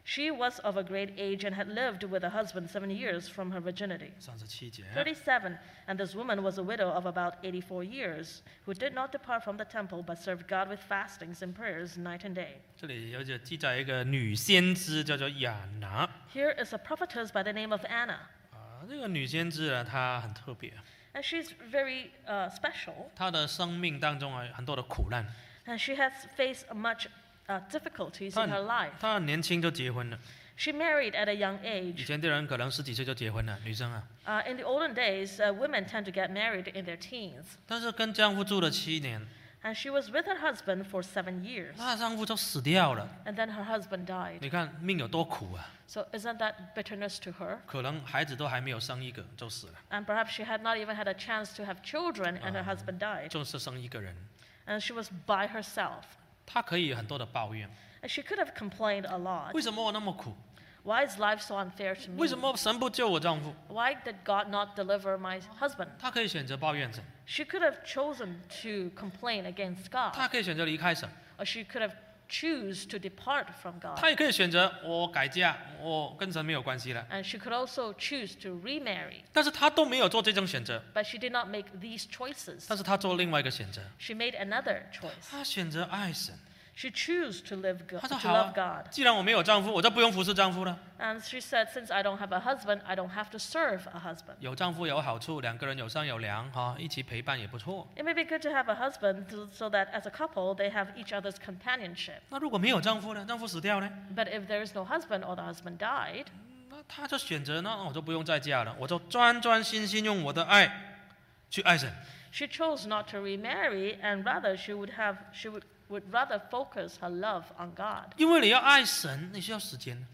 B: She was of a great age and had lived with her husband seven years from her virginity.
A: 三十七节，
B: 37 And this woman was a widow of about 84 years, who did not depart from the temple but served God with fastings and prayers night and day.
A: 这里有着记载一个女先知，叫做亚拿。
B: Here is a prophetess by the name of Anna,
A: 啊、这个女先知呢，啊她很特别，
B: and she's very uh, special,
A: 她的生命当中啊，很多的苦难。
B: and she has faced much uh, difficulties in her life.
A: 她很年轻就结婚了，
B: She married at a young
A: 以
B: age.
A: 前的人可能十几岁就结婚了，女生啊。
B: Uh, in the olden days, uh, women tend to get married in their teens,
A: 但是跟丈夫住了七年，
B: and she was with her husband for seven years,
A: 那丈夫就死掉了。
B: and then her husband died.
A: 你看命有多苦啊！
B: So, isn't that bitterness to her?
A: 可能孩子都还没有生一个就死了，
B: And perhaps she had not even had a chance to have children, and her husband died.
A: 就是生一个人，
B: And she was by herself.
A: 她可以有很多的抱怨。
B: And she could have complained a lot.
A: 为什么我那么苦？
B: Why is life so unfair to
A: 为
B: me?
A: 什么神不救我丈夫？
B: Why did God not deliver my husband?
A: 她可以选择抱怨神，
B: She could have chosen to complain against
A: 她
B: God,
A: 可以选择离开神，
B: or she could have choose to depart from God.
A: 她也可以选择我改嫁，我跟神没有关系了。
B: And she could also choose to remarry.
A: 但是她都没有做这种选择，
B: But she did not make these choices.
A: 但是她做另外一个选择，
B: She made another choice.
A: 她选择爱神。
B: She chose to live go-
A: 她说
B: to
A: 好
B: love
A: 啊
B: God.，
A: 既然我没有丈夫，我就不用服侍丈夫了。
B: And she said, Since I don't have a husband, I don't have to serve a husband.
A: 有丈夫有好处，两个人有商有量哈，一起陪伴也不错。
B: It may be good to have a husband to, so that as a couple they have each other's companionship.
A: 那如果没有丈夫呢？丈夫死掉呢？
B: But if there is no husband or the husband died,
A: 那他就选择，哦那我就不用再嫁了，我就专专心心用我的爱去爱神。
B: she chose not to remarry and rather she would have she would, would rather focus her love on God
A: 因为你要爱神，你需要时间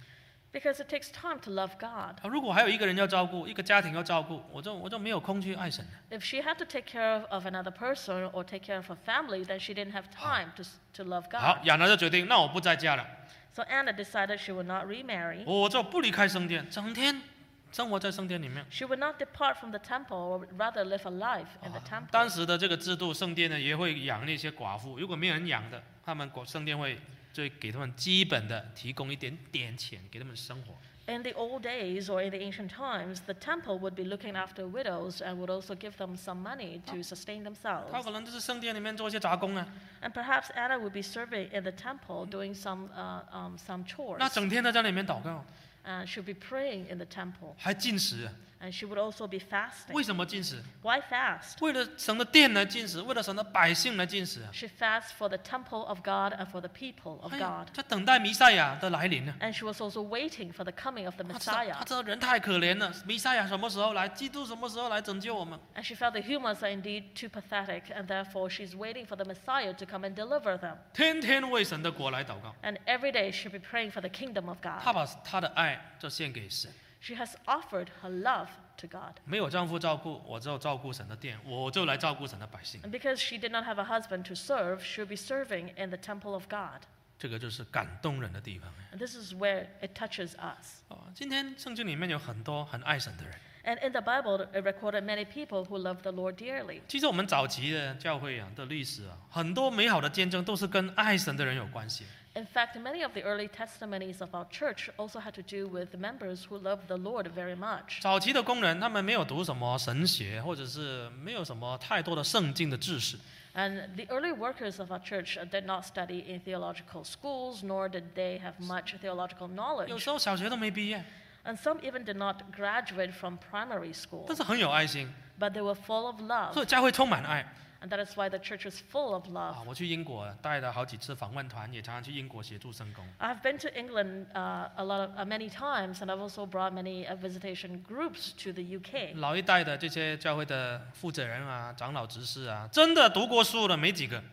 B: because it takes time to love God.
A: 啊。如果还有一个人要照顾，一个家庭要照顾，我就我就没有空去爱神了。
B: If she had to take care of, of another person or take care of her family, then she didn't have time to, s- to love
A: 好
B: God.，
A: 亚楠就决定，那我不再嫁了，
B: So Anna decided she would not remarry.
A: 我就不离开圣殿，整天生活在圣殿里面。
B: She would not depart from the temple, or rather live a life in the
A: 当
B: temple.
A: 时的这个制度，圣殿呢也会养那些寡妇，如果没有人养的，他们国圣殿会就给他们基本的提供一点点钱给他们生活。
B: In the old days or in the ancient times, the temple would be looking after widows and would also give them some money to sustain
A: 他
B: themselves.
A: 可能就是圣殿里面做一些杂工啊，
B: And perhaps Anna would be serving in the temple, doing some, uh, um, some chores.
A: 那整天在家里面祷告，
B: And she would be praying in the temple.
A: 还进食啊。
B: And she would also be fasting.
A: 为什么进食？
B: Why fast?
A: 为了神的殿来进食，为了神的百姓来进食啊！
B: She fasts for the temple of God and for the people of
A: 哎呀
B: God.
A: 在等待弥赛亚的来临呢、
B: And she was also waiting for the coming of the
A: 他知道
B: Messiah.
A: 他知道人太可怜了，弥赛亚什么时候来？基督什么时候来拯救我们？
B: And she felt the humans are indeed too pathetic, and therefore she's waiting for the Messiah to come and deliver them.
A: 天天为神的国来祷告。
B: And every day she'll be praying for the kingdom of
A: 她
B: God.
A: 把她的爱就献给神。
B: She has offered her love to God.
A: 没有丈夫照顾，我就照顾神的殿，我就来照顾神的百姓。
B: And because she did not have a husband to serve, she'll be serving in the temple of God.
A: 这个就是感动人的地方。
B: And this is where it touches us.
A: 哦，今天圣经里面有很多很爱神的人。
B: And in the Bible, it recorded many people who loved the Lord dearly.
A: 其实我们早期的教会啊的历史啊，很多美好的见证都是跟爱神的人有关系。
B: In fact, many of the early testimonies of our church also had to do with members who loved the Lord very much.
A: 早期的工人，他们没有读什么神学，或者是没有什么太多的圣经的知识，
B: And the early workers of our church uh, did not study in theological schools, nor did they have much theological
A: 有
B: knowledge.
A: 时候小学都没毕业，
B: And some even did not graduate from primary school.
A: 但是很有爱心，
B: But they were full of
A: 所
B: love,
A: 以教会充满爱。
B: And that is why the church is full of love.
A: 啊，我去英国带了好几次访问团，也常常去英国协助圣工。
B: I've been to England uh, a lot of, uh, many times, and I've also brought many uh, visitation groups to the UK.
A: 老一代的这些教会的负责人啊、长老、执事啊，真的读过书的没几个。
B: Uh,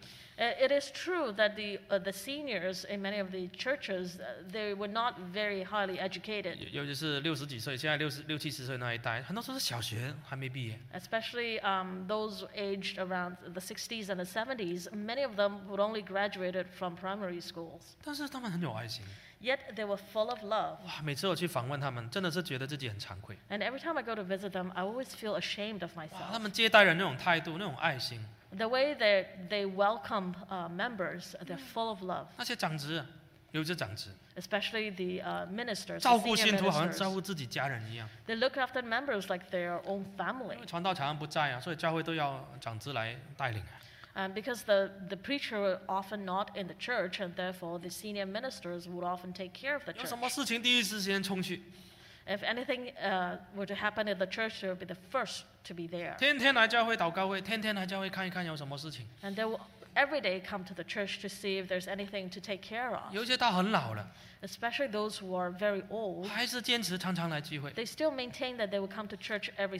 B: It is true that the uh, the seniors in many of the churches uh, they were not very highly educated,
A: 尤尤其是六十几岁，现在六十六七十岁那一代，很多都是小学还没毕业，
B: especially um, those aged around the 60s and the 70s. Many of them would only graduated from primary schools.
A: 但是他们很有爱心。
B: Yet they were full of love.
A: 哇，每次我去访问他们，真的是觉得自己很惭愧。
B: And every time I go to visit them, I always feel ashamed of
A: 哇，他
B: myself.
A: 们接待人那种态度、那种爱心，
B: The way they they welcome uh, members, they're full of love.
A: 那些长职，啊尤其是长职，
B: especially the uh, ministers, the
A: 照顾
B: senior
A: 信徒好像
B: ministers.
A: 照顾自己家人一样。
B: They look after members like their own
A: 因
B: family.
A: 为传道常常不在啊，所以教会都要长职来带领啊。
B: And Um, because the, the preacher were often not in the church, and therefore the senior ministers would often take care of the
A: 有
B: church.
A: 什么事情第一时间冲去，
B: If anything uh, were to happen in the church, they would be the first to be there.
A: 天天来教会祷告会，天天来教会看一看有什么事情。
B: And they will every day come to the church to see if there's anything to take care of,
A: 有一些到很老了，
B: especially those who are very old.
A: 还是坚持常常来聚会
B: They still maintain that they will come to church every
A: 啊。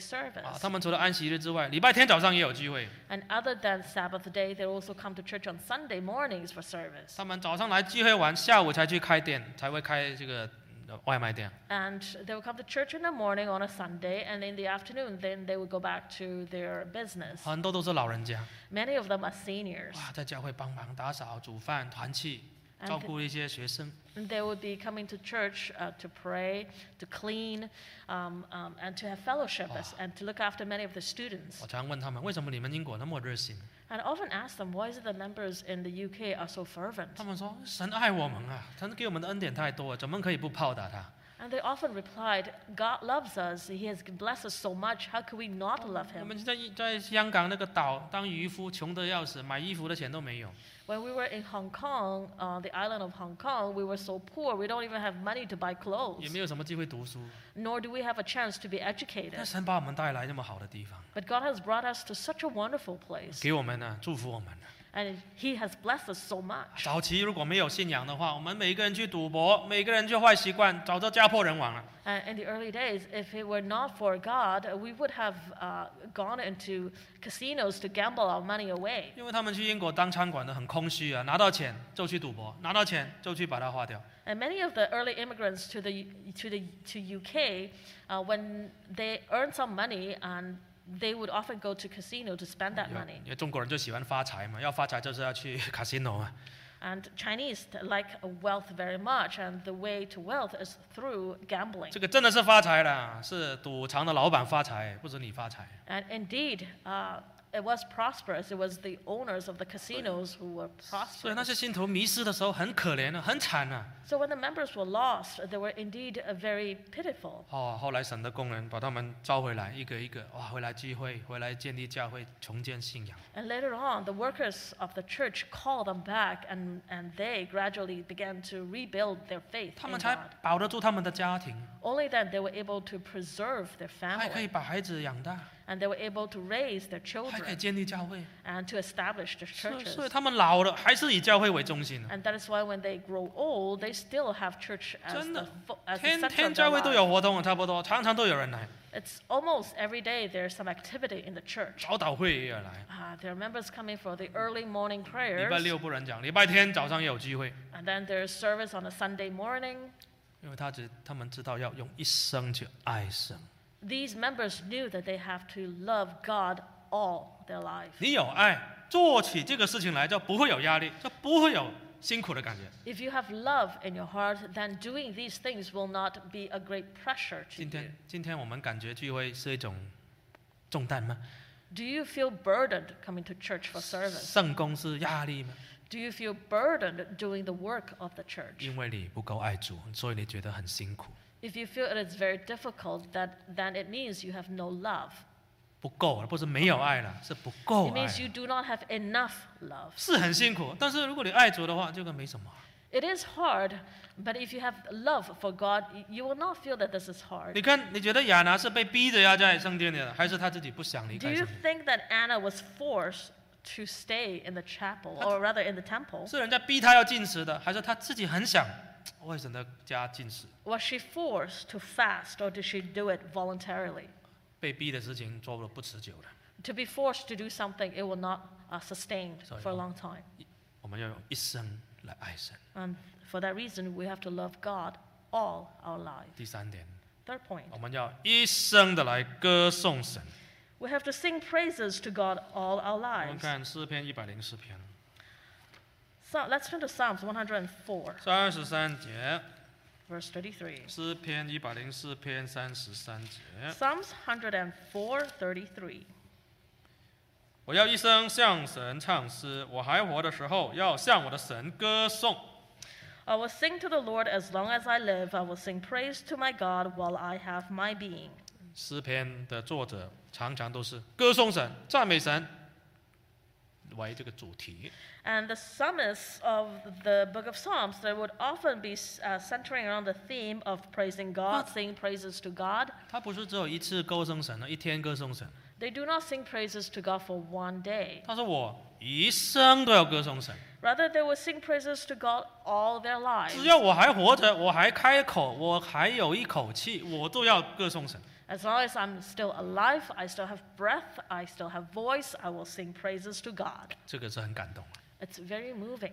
B: service.
A: 他们除了安息日之外，礼拜天早上也有聚会。
B: And other than Sabbath day, they also come to church on Sunday mornings for service.
A: 他们早上来聚会完，下午才去开店，才会开这个呃外卖店。
B: And they would come to church in the morning on a Sunday, and in the afternoon, then they would go back to their business.
A: 很多都是老人家，
B: Many of them are seniors.
A: 哇，在教会帮忙打扫、煮饭、团契，
B: 啊
A: 照顾一些学生。
B: And they would be coming to church uh, to pray, to clean, um, um, and to have fellowship as, and to look after many of the students.
A: 我常问他们，为什么你们英国那么热心？
B: And I often ask them, why is it the members in the UK are so fervent?
A: 他们说，神爱我们啊，神给我们的恩典太多了，怎么可以不报答他？
B: And they often replied, God loves us. He has blessed us so much. How could we not love
A: 我
B: him?
A: 们在在香港那个岛当渔夫，穷得要死，买衣服的钱都没有。
B: When we were in Hong Kong, uh, the island of Hong Kong, we were so poor, we don't even have money to buy clothes.
A: 也没有什么机会读书，
B: nor do we have a chance to be
A: 但
B: educated.
A: 神把我们带来那么好的地方，
B: But God has brought us to such a wonderful place,
A: 给我们呢，祝福我们呢。
B: and He has blessed us so much.
A: 早期如果没有信仰的话，我们每一个人去赌博，每个人去坏习惯，早就家破人亡了。
B: And Uh, in the early days, if it were not for God, we would have uh, gone into casinos to gamble our money away.
A: 因为他们去英国当餐馆的很空虚啊，拿到钱就去赌博，拿到钱就去把它花掉。
B: And many of the early immigrants to the to the to UK, uh, when they earned some money, and they would often go to casino to spend that
A: 因为
B: money.
A: 因为中国人就喜欢发财嘛，要发财就是要去 casino 啊。
B: And Chinese like wealth very much, and the way to wealth is through gambling.
A: 这个真的是发财了，是赌场的老板发财，啊不是你发财。
B: And indeed, uh, it was prosperous. It was the owners of the casinos who were
A: 所以那
B: prosperous.
A: 些信徒迷失的时候很可怜啊，很惨啊。
B: So when the members were lost, they were indeed uh, very pitiful.
A: 哦，后来神的工人把他们招回来，一个一个哇，回来聚会，回来建立教会，重建信仰。
B: And later on, the workers of the church called them back, and, and they gradually began to rebuild their faith
A: 他
B: in
A: 们才
B: God.
A: 保得住他们的家庭，
B: Only then they were able to preserve their
A: 还可以
B: family,
A: 把孩子养大，
B: and they were able to raise their
A: 还可以
B: children
A: 建立教会。
B: and to establish their
A: 所以
B: churches.
A: 所以他们老了还是以教会为中心啊
B: And that is why when they grow old, they still have church as
A: 真
B: the,
A: 的
B: fo- as the
A: 天
B: center
A: 天
B: of their
A: 教会都
B: lives.
A: 有活动啊，差不多常常都有人来，
B: It's almost every day there's some activity in the church.
A: 早祷会也有来。
B: Uh, there are members coming for the early morning
A: 礼拜
B: prayers,
A: 六不能讲，礼拜天早上也有聚会，
B: and then there's service on a Sunday morning.
A: 因为他知他们知道要用一生去爱神。
B: These members knew that they have to love God all their life.
A: 你有爱，做起这个事情来就不会有压力，就不会有辛苦的感觉。
B: If you have love in your heart, then doing these things will not be a great pressure to
A: 今
B: you.
A: 天今天我们感觉聚会是一种重担吗？
B: Do you feel burdened coming to church for service?
A: 圣公是压力吗？
B: Do you feel burdened doing the work of the church?
A: 因为你不够爱主，所以你觉得很辛苦，
B: If you feel it is very difficult, that, then it means you have no love.
A: 不够了，不是没有爱了，是不够
B: It
A: 爱
B: means
A: 了
B: you do not have enough love.
A: 是很辛苦。但是如果你爱主的话，这个没什么。
B: It is hard, but if you have love for God, y- you will not feel that this is
A: 你
B: hard.
A: 看，你觉得亚拿是被逼着要在圣殿里的，还是他自己不想离
B: Do
A: 开
B: you
A: 圣殿？
B: think that Anna was forced to stay in the chapel, or rather in the temple.
A: 是人家逼他要进食的，还是他自己很想哦为神的家进食？
B: Was she forced to fast, or did she do it voluntarily?
A: 被逼的事情做了不持久的，
B: To be forced to do something, it will not uh, sustain
A: Sorry,
B: for a
A: no.
B: long time.
A: 我们要用一生来爱神。
B: And for that reason, we have to love God all our life.
A: 第三点，
B: Third point,
A: 我们要一生的来歌颂神。
B: we have to sing praises to God all our
A: 我们
B: lives.
A: 看诗篇一百零四篇
B: So let's turn to Psalms 104,
A: 三十三节，
B: verse 33.
A: 诗篇一百零四篇三十三节。
B: Psalms 104, 33.
A: 我要一生向神唱诗，我还活的时候要向我的神歌颂。
B: I will sing to the Lord as long as I live. I will sing praise to my God while I have my being.
A: 诗篇的作者常常都是歌颂神、赞美神为这个主题。
B: And the psalmists of the book of Psalms, they would often be uh, centering around the theme of praising God, singing praises to God.
A: 他不是只有一次歌颂神了，一天歌颂神。
B: They do not sing praises to God for one day.
A: 他说我一生都要歌颂神，
B: Rather, they will sing praises to God all their
A: 只
B: lives.
A: 要我还活着，我还开口，我还有一口气，我都要歌颂神。
B: As long as I'm still alive, I still have breath, I still have voice, I will sing praises to God.
A: 这个是很感动的。
B: It's very moving.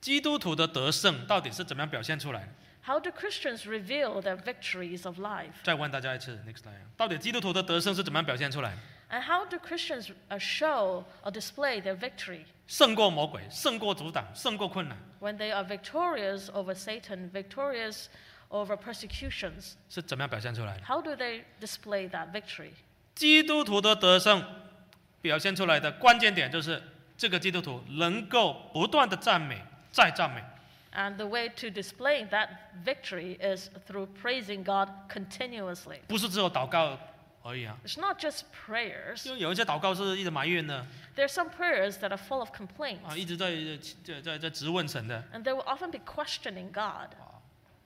A: 基督徒的得胜到底是怎么样表现出来的？
B: How do Christians reveal their victories of life?
A: 再问大家一次，next slide，到底基督徒的得胜是怎么样表现出来的？
B: And how do Christians uh, show or display their victory
A: 胜过魔鬼，胜过阻挡，胜过困难，
B: when they are victorious over Satan, victorious over persecutions?
A: 是怎么样表现出来的？
B: How do they display that victory?
A: 基督徒的得胜表现出来的关键点就是，这个基督徒能够不断的赞美，再赞美，
B: And the way to displaying that victory is through praising God continuously.
A: 不是只有祷告而已啊。
B: It's not just prayers.
A: 因为有一些祷告是一直埋怨的
B: There are some prayers that are full of complaints,
A: 啊，一直在在在在质问神的
B: and they will often be questioning God.
A: 啊。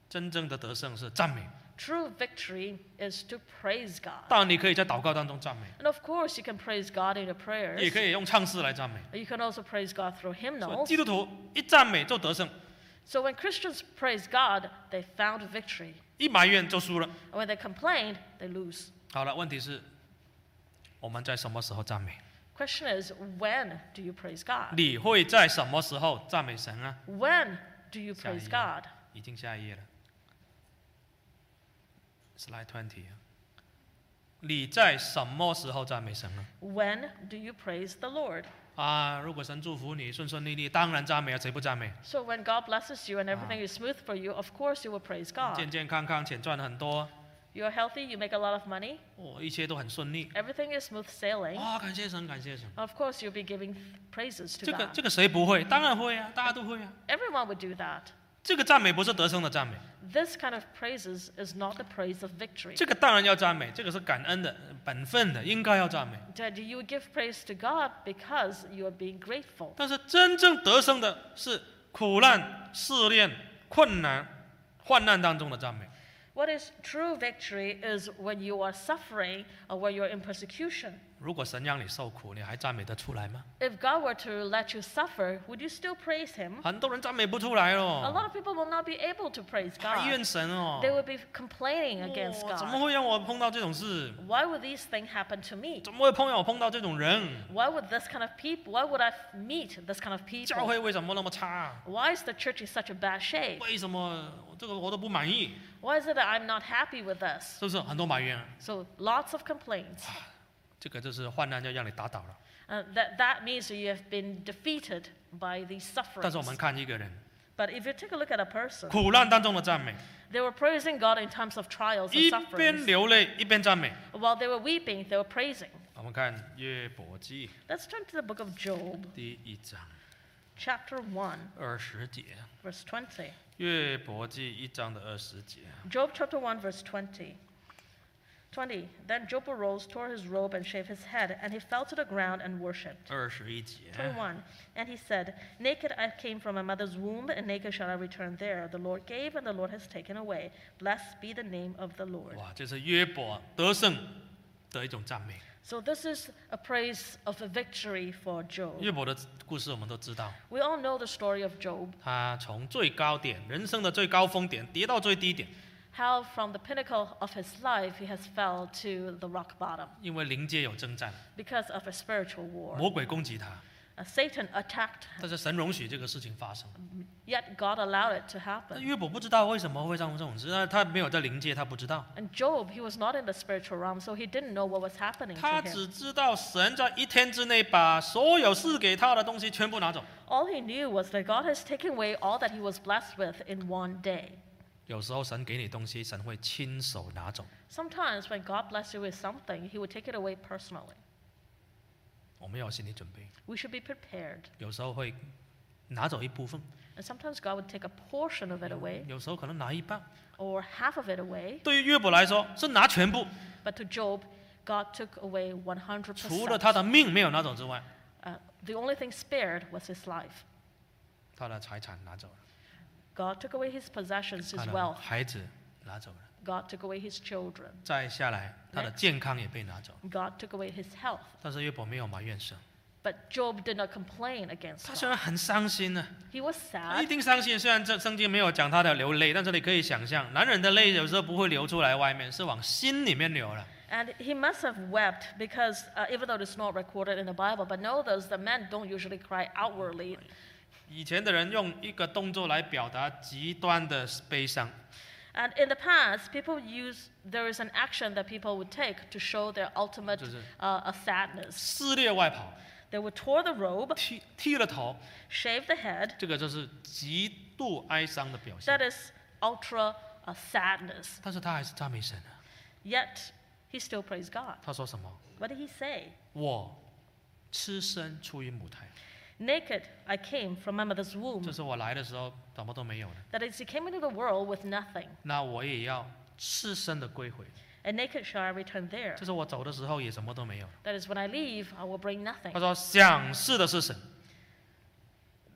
A: 真正的得胜是赞美，
B: True victory is to praise God.
A: 当然你可以在祷告当中赞美，
B: And of course, you can praise God in your prayers.
A: 也可以用唱诗来赞美。
B: You can also praise God through
A: 所以
B: hymnals.
A: 基督徒一赞美就得胜，
B: So when Christians praise God, they found victory.
A: 一埋怨就输了。
B: And when they complain, they lose.
A: 好了，问题是我们在什么时候赞美？
B: Question is, when do you praise God?
A: 你会在什么时候赞美神啊？
B: When do you praise
A: Yeah,
B: God?
A: 已经下一页了。Slide twenty。你在什么时候赞美神呢？
B: When do you praise the Lord?
A: 啊，如果神祝福你顺顺利利，当然赞美啊，谁不赞美？
B: So when God blesses you and everything is smooth for you, of course you will praise
A: 健
B: God.
A: 健康康，钱赚很多，
B: You're healthy, you make a lot of money,
A: 哦，一切都很顺利。
B: everything is smooth sailing.
A: 哇，感谢神，感谢神。
B: Of course you'll be giving praises to
A: 这个
B: God.
A: 这个谁不会？当然会啊，大家都会啊。
B: Everyone would do that.
A: 这个赞美不是得胜的赞美，
B: This kind of praises is not the praise of victory.
A: 这个当然要赞美，这个是感恩的、本分的，应该要赞美。
B: That you give praise to God because you are being grateful.
A: 但是真正得胜的是苦难、试炼、困难、患难当中的赞美。
B: What is true victory is when you are suffering or when you're in persecution.
A: 如果神让你受苦，你还赞美得出来吗？
B: If God were to let you suffer, would you still praise Him?
A: 很多人赞美不出来
B: A
A: 哦，
B: lot of people will not be able to praise
A: 埋
B: God.
A: 怨神哦。
B: They will be complaining
A: 哦
B: against
A: 怎么
B: God.
A: 会让我碰到这种事？
B: Why would these things happen to me?
A: 怎么会碰到我碰到这种人？
B: Why would this kind of people? Why would I f- meet this kind of
A: 教
B: people?
A: 会为什么那么差？
B: Why is the church in such a bad shape?
A: 为什么我这个我都不满意？
B: Why is it that I'm not happy with this?
A: 是不是很多埋怨啊？
B: So lots of complaints.
A: 这个就是患难要让你打倒了。
B: Uh, that, that means that you have been defeated by these
A: 但
B: sufferings.
A: 是我们看一个人，
B: But if you take a look at a person,
A: 苦难当中的赞美，
B: they were praising God in times of trials and
A: 一边
B: sufferings.
A: 流泪一边赞美。
B: While they were weeping, they were praising.
A: 我们看约伯记
B: Let's turn to the book of Job,
A: 第一章
B: chapter 1,
A: 二十节，
B: verse 20.
A: 约伯记一章的二十节。
B: Job chapter 1, verse 20. 20. Then Job arose, tore his robe, and shaved his head, and he fell to the ground and worshipped.
A: 二十一节，
B: 21. And he said, Naked I came from my mother's womb, and naked shall I return there. The Lord gave, and the Lord has taken away. Blessed be the name of the Lord.
A: 哇，这是约伯得胜的一种赞美。
B: So this is a praise of a victory for Job.
A: 约伯的故事我们都知道，
B: We all know the story of Job,
A: 他从最高点，人生的最高峰点，跌到最低点，
B: how from the pinnacle of his life he has fell to the rock bottom
A: 因为灵界有征战，
B: because of a spiritual war.
A: 魔鬼攻击他，
B: Uh, Satan attacked him,
A: 但是神容许这个事情发生。
B: yet God allowed it to
A: 但
B: happen.
A: 约伯不知道为什么会发生这种事，那他没有在灵界，他不知道，
B: And Job, he was not in the spiritual realm, so he didn't know what was happening
A: 他
B: to him.
A: 只知道神在一天之内把所有赐给他的东西全部拿走。
B: All he knew was that God has taken away all that he was blessed with in one day.
A: 有时候神给你东西，神会亲手拿走。
B: Sometimes when God bless you with something, he will take it away personally.
A: 我们要有心理准备，
B: We should be prepared.
A: 有时候会拿走一部分，
B: And sometimes God would take a portion of it away
A: 有时候可能拿一半。
B: or half of it away.
A: 对于约伯来说，是拿全部，
B: But to Job, God took away
A: 除了他
B: 100%.
A: 的命没有拿走之外，
B: Uh, the only thing spared was his life.
A: 他的财产拿走了，
B: God took away his possessions,
A: 他
B: his
A: 的
B: wealth.
A: 孩子拿走了，
B: God took away his children.
A: 再下来他的健康也被拿走了。
B: God took away his health.
A: 但是约伯没有埋怨神，
B: But Job did not complain against
A: 他虽
B: God.
A: 然很伤心呢、
B: He was
A: 他一
B: sad.
A: 定伤心。虽然这圣经没有讲他的流泪，但是你可以想象，男人的泪有时候不会流出来外面，是往心里面流了。
B: And he must have wept because, uh, even though it's not recorded in the Bible, but know those that men don't usually cry outwardly.
A: 以前的人用一个动作来表达极端的悲伤，
B: And in the past, people use there is an action that people would take to show their ultimate
A: 就是-
B: uh, uh, sadness.
A: 撕裂外袍，
B: They would tore the robe,
A: 剃剃了头，
B: shave the head.
A: 这个就是极度哀伤的表现
B: That。is ultra uh, sadness.
A: 但是他还是赞美神啊。
B: Yet he still praised God.
A: 他说什么？
B: What did he say?
A: 我吃身出于母胎，
B: Naked I came from my mother's
A: 就
B: womb.
A: 是我来的时候什么都没有了，
B: That is, he came into the world with nothing,
A: 那我也要赤身的归回。
B: and naked shall I return there.
A: 就是我走的时候也什么都没有了。
B: That is, when I leave, I will bring nothing.
A: 他说：“想是的是神，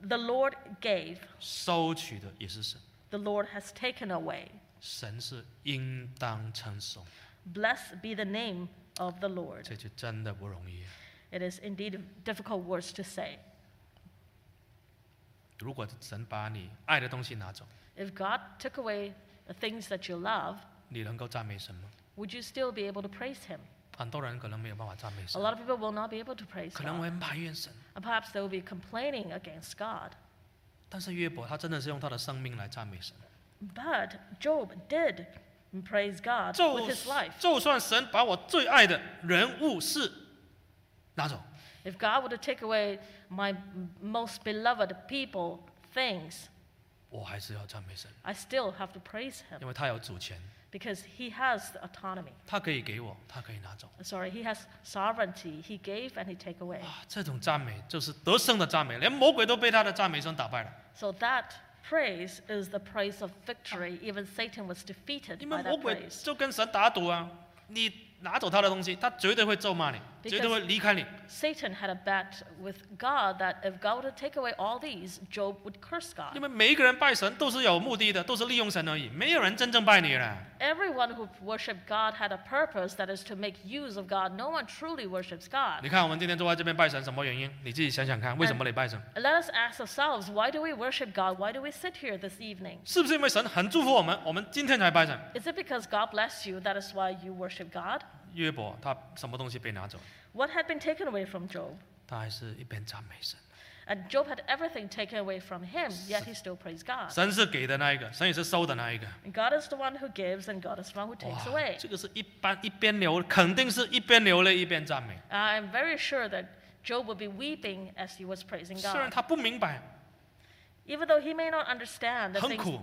B: The Lord gave,
A: 收取的也是神，
B: the Lord has taken away.
A: 神是应当称颂。
B: Blessed be the name of the ” Lord.
A: 这句真的不容易啊、
B: It is indeed difficult words to say.
A: 如果神把你爱的东西拿走，
B: If God took away the things that you love,
A: 你能够赞美神吗？
B: would you still be able to praise Him?
A: 很多人可能没有办法赞美
B: A
A: 神，
B: lot of people will not be able to praise
A: 可能
B: God.
A: 会埋怨神。
B: And perhaps they will be complaining against God.
A: 但是约伯他真的是用他的生命来赞美神。
B: But Job did mm, praise God
A: 就
B: with his life.
A: 就算神把我最爱的人物事拿走，
B: If God were to take away my m- most beloved people, things,
A: 我还是要赞美神，
B: I still have to praise Him
A: 因为他有主权，
B: because He has the autonomy. Uh,
A: 他可以给我，他可以拿走。
B: Sorry, He has sovereignty. He gave and He take away.
A: 啊，这种赞美就是得胜的赞美，连魔鬼都被他的赞美声打败了。
B: So that praise is the praise of victory. Even Satan was defeated
A: 因
B: by
A: 为魔
B: that
A: 鬼
B: praise.
A: 就跟神打赌啊，你拿走他的东西，他绝对会咒骂你，
B: Because-
A: 绝对会离开你。
B: Satan had a bet with God that if God were to take away all these, Job would curse
A: 因
B: God.
A: 为每一个人拜神都是有目的的，都是利用神而已，没有人真正拜你了。
B: Everyone who worshiped God had a purpose, that is to make use of God. No one truly worships God.
A: 你看我们今天坐在这边拜神，什么原因？你自己想想看，为什么你拜神？
B: Let us ask ourselves, why do we worship God? Why do we sit here this evening?
A: 是不是因为神很祝福我们，我们今天才拜神？
B: Is it because God bless you? That is why you worship God?
A: 约伯他什么东西被拿走？
B: What had been taken away from Job?
A: 他还是一边赞美神。
B: And Job had everything taken away from him, yet he still praised God.
A: 神是给的那一个，神也是收的那一个。
B: And God is the one who gives, and God is the one who takes
A: 哇
B: away.，
A: 这个是一般一边流，肯定是一边流泪一边赞美。
B: I'm very sure that Job would be weeping as he was praising
A: 虽然
B: God.
A: 他不明白，
B: Even though he may not understand the
A: 很
B: things,
A: 苦，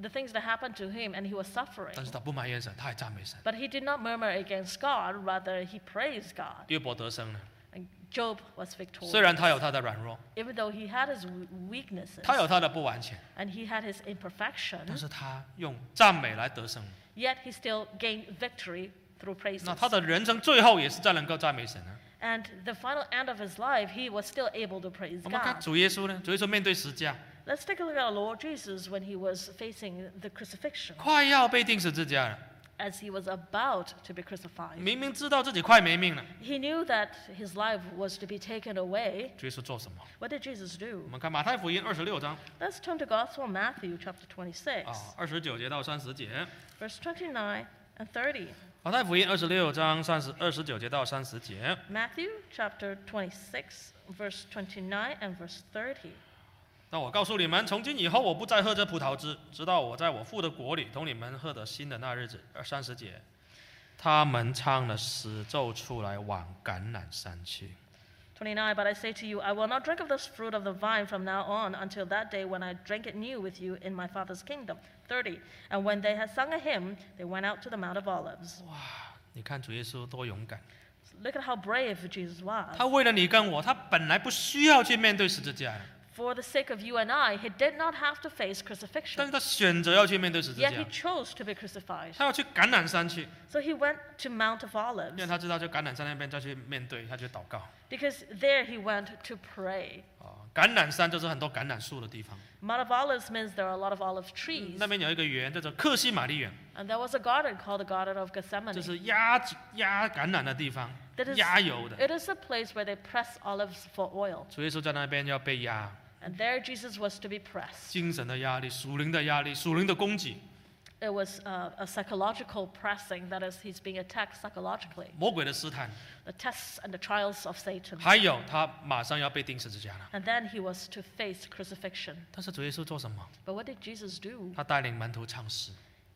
B: the things that happened to him and he was suffering,
A: 但是他不埋怨神，他还赞美神。
B: but he did not murmur against God, rather, he praised God.
A: 约伯得胜了，
B: And Job was
A: 虽
B: victorious.
A: 然他有他的软弱，
B: Even though he had his w- weaknesses
A: 他有他的不完全，
B: and he had his
A: 但
B: imperfections,
A: 是他用赞美来得胜。
B: yet he still gained victory through praises.
A: 那他的人生最后也是在能够赞美神啊。
B: And the final end of his life, he was still able to praise
A: 我们看
B: God.
A: 主耶稣呢？主耶稣面对十字架，
B: Let's take a look at our Lord Jesus when he was facing the crucifixion.
A: 快要被钉十字架了，
B: as he was about to be crucified.
A: 明明知道自己快没命了，
B: He knew that his life was to be taken away.
A: 耶稣做什么？
B: What did Jesus do?
A: 我们看马太福音二十六章
B: Let's turn to Gospel of Matthew chapter 26,
A: 啊，二十九节到三十节。
B: verse 29 and 30.
A: 马太福音二十六章三十二十九节到三十节，
B: Matthew chapter 26, verse 29 and verse 30.
A: 那我告诉你们，从今以后我不再喝这葡萄汁，直到我在我父的国里同你们喝得新的那日子。二三十节，他们唱了死咒出来，往橄榄山去。
B: 29 But I say to you, I will not drink of this fruit of the vine from now on until that day when I drink it new with you in my Father's kingdom. 30 And when they had sung a hymn, they went out to the Mount of Olives.
A: 你看主耶稣多勇敢，
B: Look at how brave Jesus was.
A: 他为了你跟我，他本来不需要去面对十字架的，
B: For the sake of you and I, he did not have to face
A: 但
B: crucifixion.
A: 是他选择要去面对十字
B: Yet he
A: 架，
B: chose to be crucified.
A: 他要去橄榄山去，
B: So he went to Mount
A: 因
B: of Olives
A: 为他知道去橄榄山那边再去面对，他去祷告。
B: because there he went to pray.
A: 啊，橄榄山就是很多橄榄树的地方，
B: Mount of Olives means there are a lot of olive trees.
A: 那边有一个园叫做克西玛丽园，
B: And there was a garden called the Garden of
A: 就
B: Gethsemane.
A: 是压压橄榄的地方
B: That，is-
A: 压油的。
B: It is a place where they press olives for oil.
A: 主耶稣在那边要被压，
B: And there Jesus was to be pressed.
A: 精神的压力、属灵的压力、属灵的攻击，
B: It was uh, a psychological pressing, that is, he's being attacked psychologically.
A: 魔鬼的试探，
B: The tests and the trials of Satan.
A: 还有他马上要被钉十字架了。
B: And then he was to face crucifixion.
A: 但是主耶稣做什么？
B: But what did Jesus do?
A: 他带领门徒唱诗。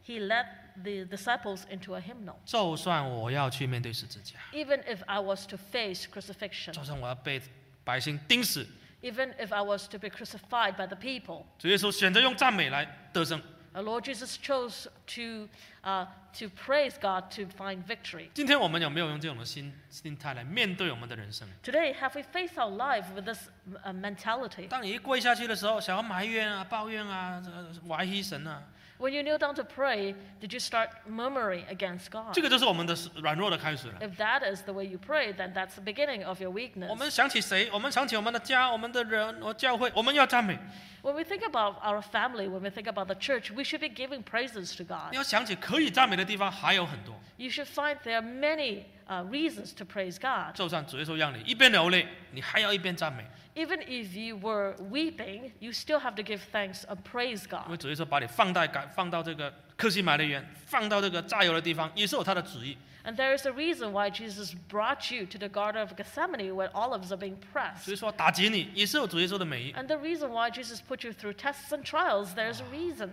B: He led the disciples into a hymnal.
A: 就算我要去面对十字架，
B: Even if I was to face crucifixion,
A: 就算我要被百姓钉死，
B: even if I was to be crucified by the people,
A: 主耶稣选择用赞美来得胜。
B: our Lord Jesus chose to, uh, to praise God to find victory.
A: 今天我们有没有用这种的心心态来面对我们的人生？
B: Today, have we faced our life with this uh, mentality?
A: 当你一跪下去的时候，想要埋怨啊、抱怨啊、这个怀疑神啊，
B: When you kneel down to pray, did you start murmuring against
A: 这
B: God?
A: 个就是我们的软弱的开始了。
B: If that is the way you pray, then that's the beginning of your
A: 我
B: weakness.
A: 们想起谁？我们想起我们的家、我们的人、我教会，我们要赞美。
B: When we think about our family, when we think about the church, we should be giving praises to
A: 你
B: God.
A: 要想起可以赞美的地方还有很多。
B: You should find there are many uh, reasons to praise God.
A: 就算主耶稣让你一边流泪，你还要一边赞美，
B: Even if you were weeping, you still have to give thanks and praise
A: 因为
B: God.
A: 主耶稣把你放在感放到这个克西玛丽园，放到这个榨油的地方，也是有他的旨意。
B: And there is a reason why Jesus brought you to the Garden of Gethsemane where olives are being
A: 所以
B: pressed.
A: 说打击你，也是有主耶稣的美意。
B: And the reason why Jesus put you through tests and trials, there's a reason.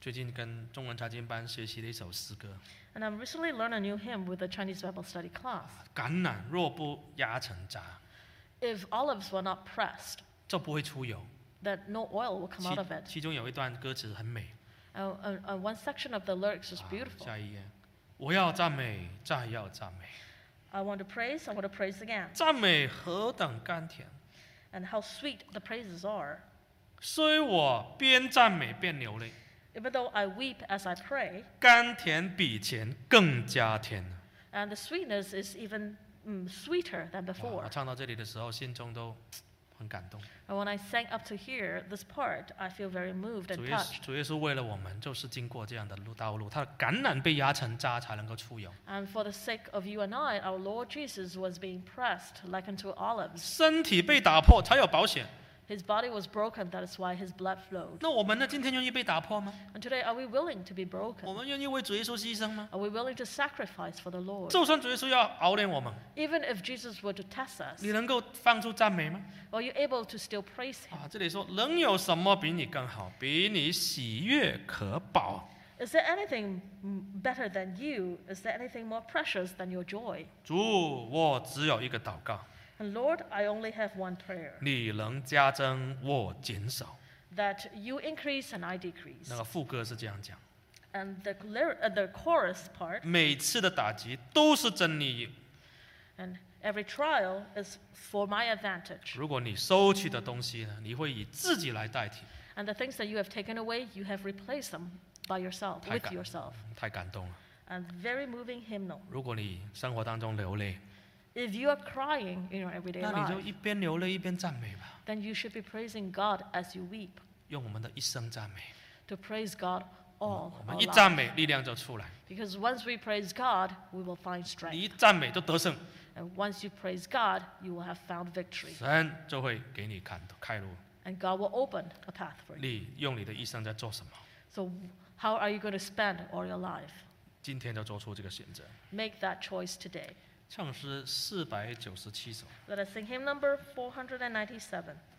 A: 最近跟中文查经班学习了一首诗歌，
B: And I've recently learned a new hymn with the Chinese Bible study class.
A: 橄榄若不压成渣，
B: If olives were not pressed,
A: 就不会出油。
B: then no oil will come
A: 其
B: out of it.
A: 其中有一段歌词很美，
B: Uh, uh, uh, one section of the lyrics is
A: 啊
B: beautiful.
A: 下一页，我要赞美，再要赞美，
B: I want to praise, I want to praise again.
A: 赞美何等甘甜！
B: And how sweet the praises are.
A: 虽我边赞美边流泪，
B: Even though I weep as I pray,
A: 甘甜比前更加甜。
B: and the sweetness is even mm, sweeter than
A: 哇我
B: before.
A: 唱到这里的时候，心中都嘖很感动。
B: And when I sang up to here, this part, I feel very moved
A: 主
B: and
A: 耶稣
B: touched.
A: 主耶稣为了我们，就是经过这样的路道路，他的橄榄被压成渣才能够出油，
B: And for the sake of you and I, our Lord Jesus was being pressed like unto olives.
A: 身体被打破才有保险。
B: His body was broken, that is why his blood flowed.
A: 那我们呢？今天愿意被打破吗？
B: And today, are we willing to be
A: 我
B: broken?
A: 们愿意为主耶稣牺牲吗？
B: Are we willing to sacrifice for the Lord?
A: 就算主耶稣要熬炼我们，
B: Even if Jesus were to test us,
A: 你能够放出赞美吗？
B: are you able to still praise him?
A: 啊，这里说能有什么比你更好，比你喜悦可饱？
B: Is there anything mm, better than you? Is there anything more precious than your joy?
A: 主，我只有一个祷告，
B: And Lord, I only have one prayer
A: 你能加增，我减少。
B: that you increase and I decrease.
A: 那个副歌是这样讲：
B: And the, lyri- uh, the chorus part,
A: 每次的打击都是真理益。
B: and every trial is for my advantage.
A: 如果你收取的东西呢，你会以自己来代替。
B: And the things that you have taken away, you have replaced them by yourself,
A: 太
B: with
A: 感
B: yourself.
A: 太感动了。
B: And very moving hymnal.
A: 如果你生活当中流泪，
B: If you are crying in your everyday
A: 那你就
B: life,
A: 一边流泪一边赞美吧，
B: then you should be praising God as you weep,
A: 用我们的一生赞美。
B: to praise God all
A: 我
B: our
A: 们一
B: life.
A: 赞美，力量就出来。
B: Because once we praise God, we will find
A: 你
B: strength.
A: 一赞美就得胜，
B: And once you praise God, you will have found victory.
A: 神就会给你看开路。
B: And God will open a path for you.
A: 你用你的一生在做什么？
B: So, how are you going to spend all your life?
A: 今天就做出这个选择。
B: Make that choice today.
A: 唱诗四百九十七首。
B: Let us sing hymn number 497.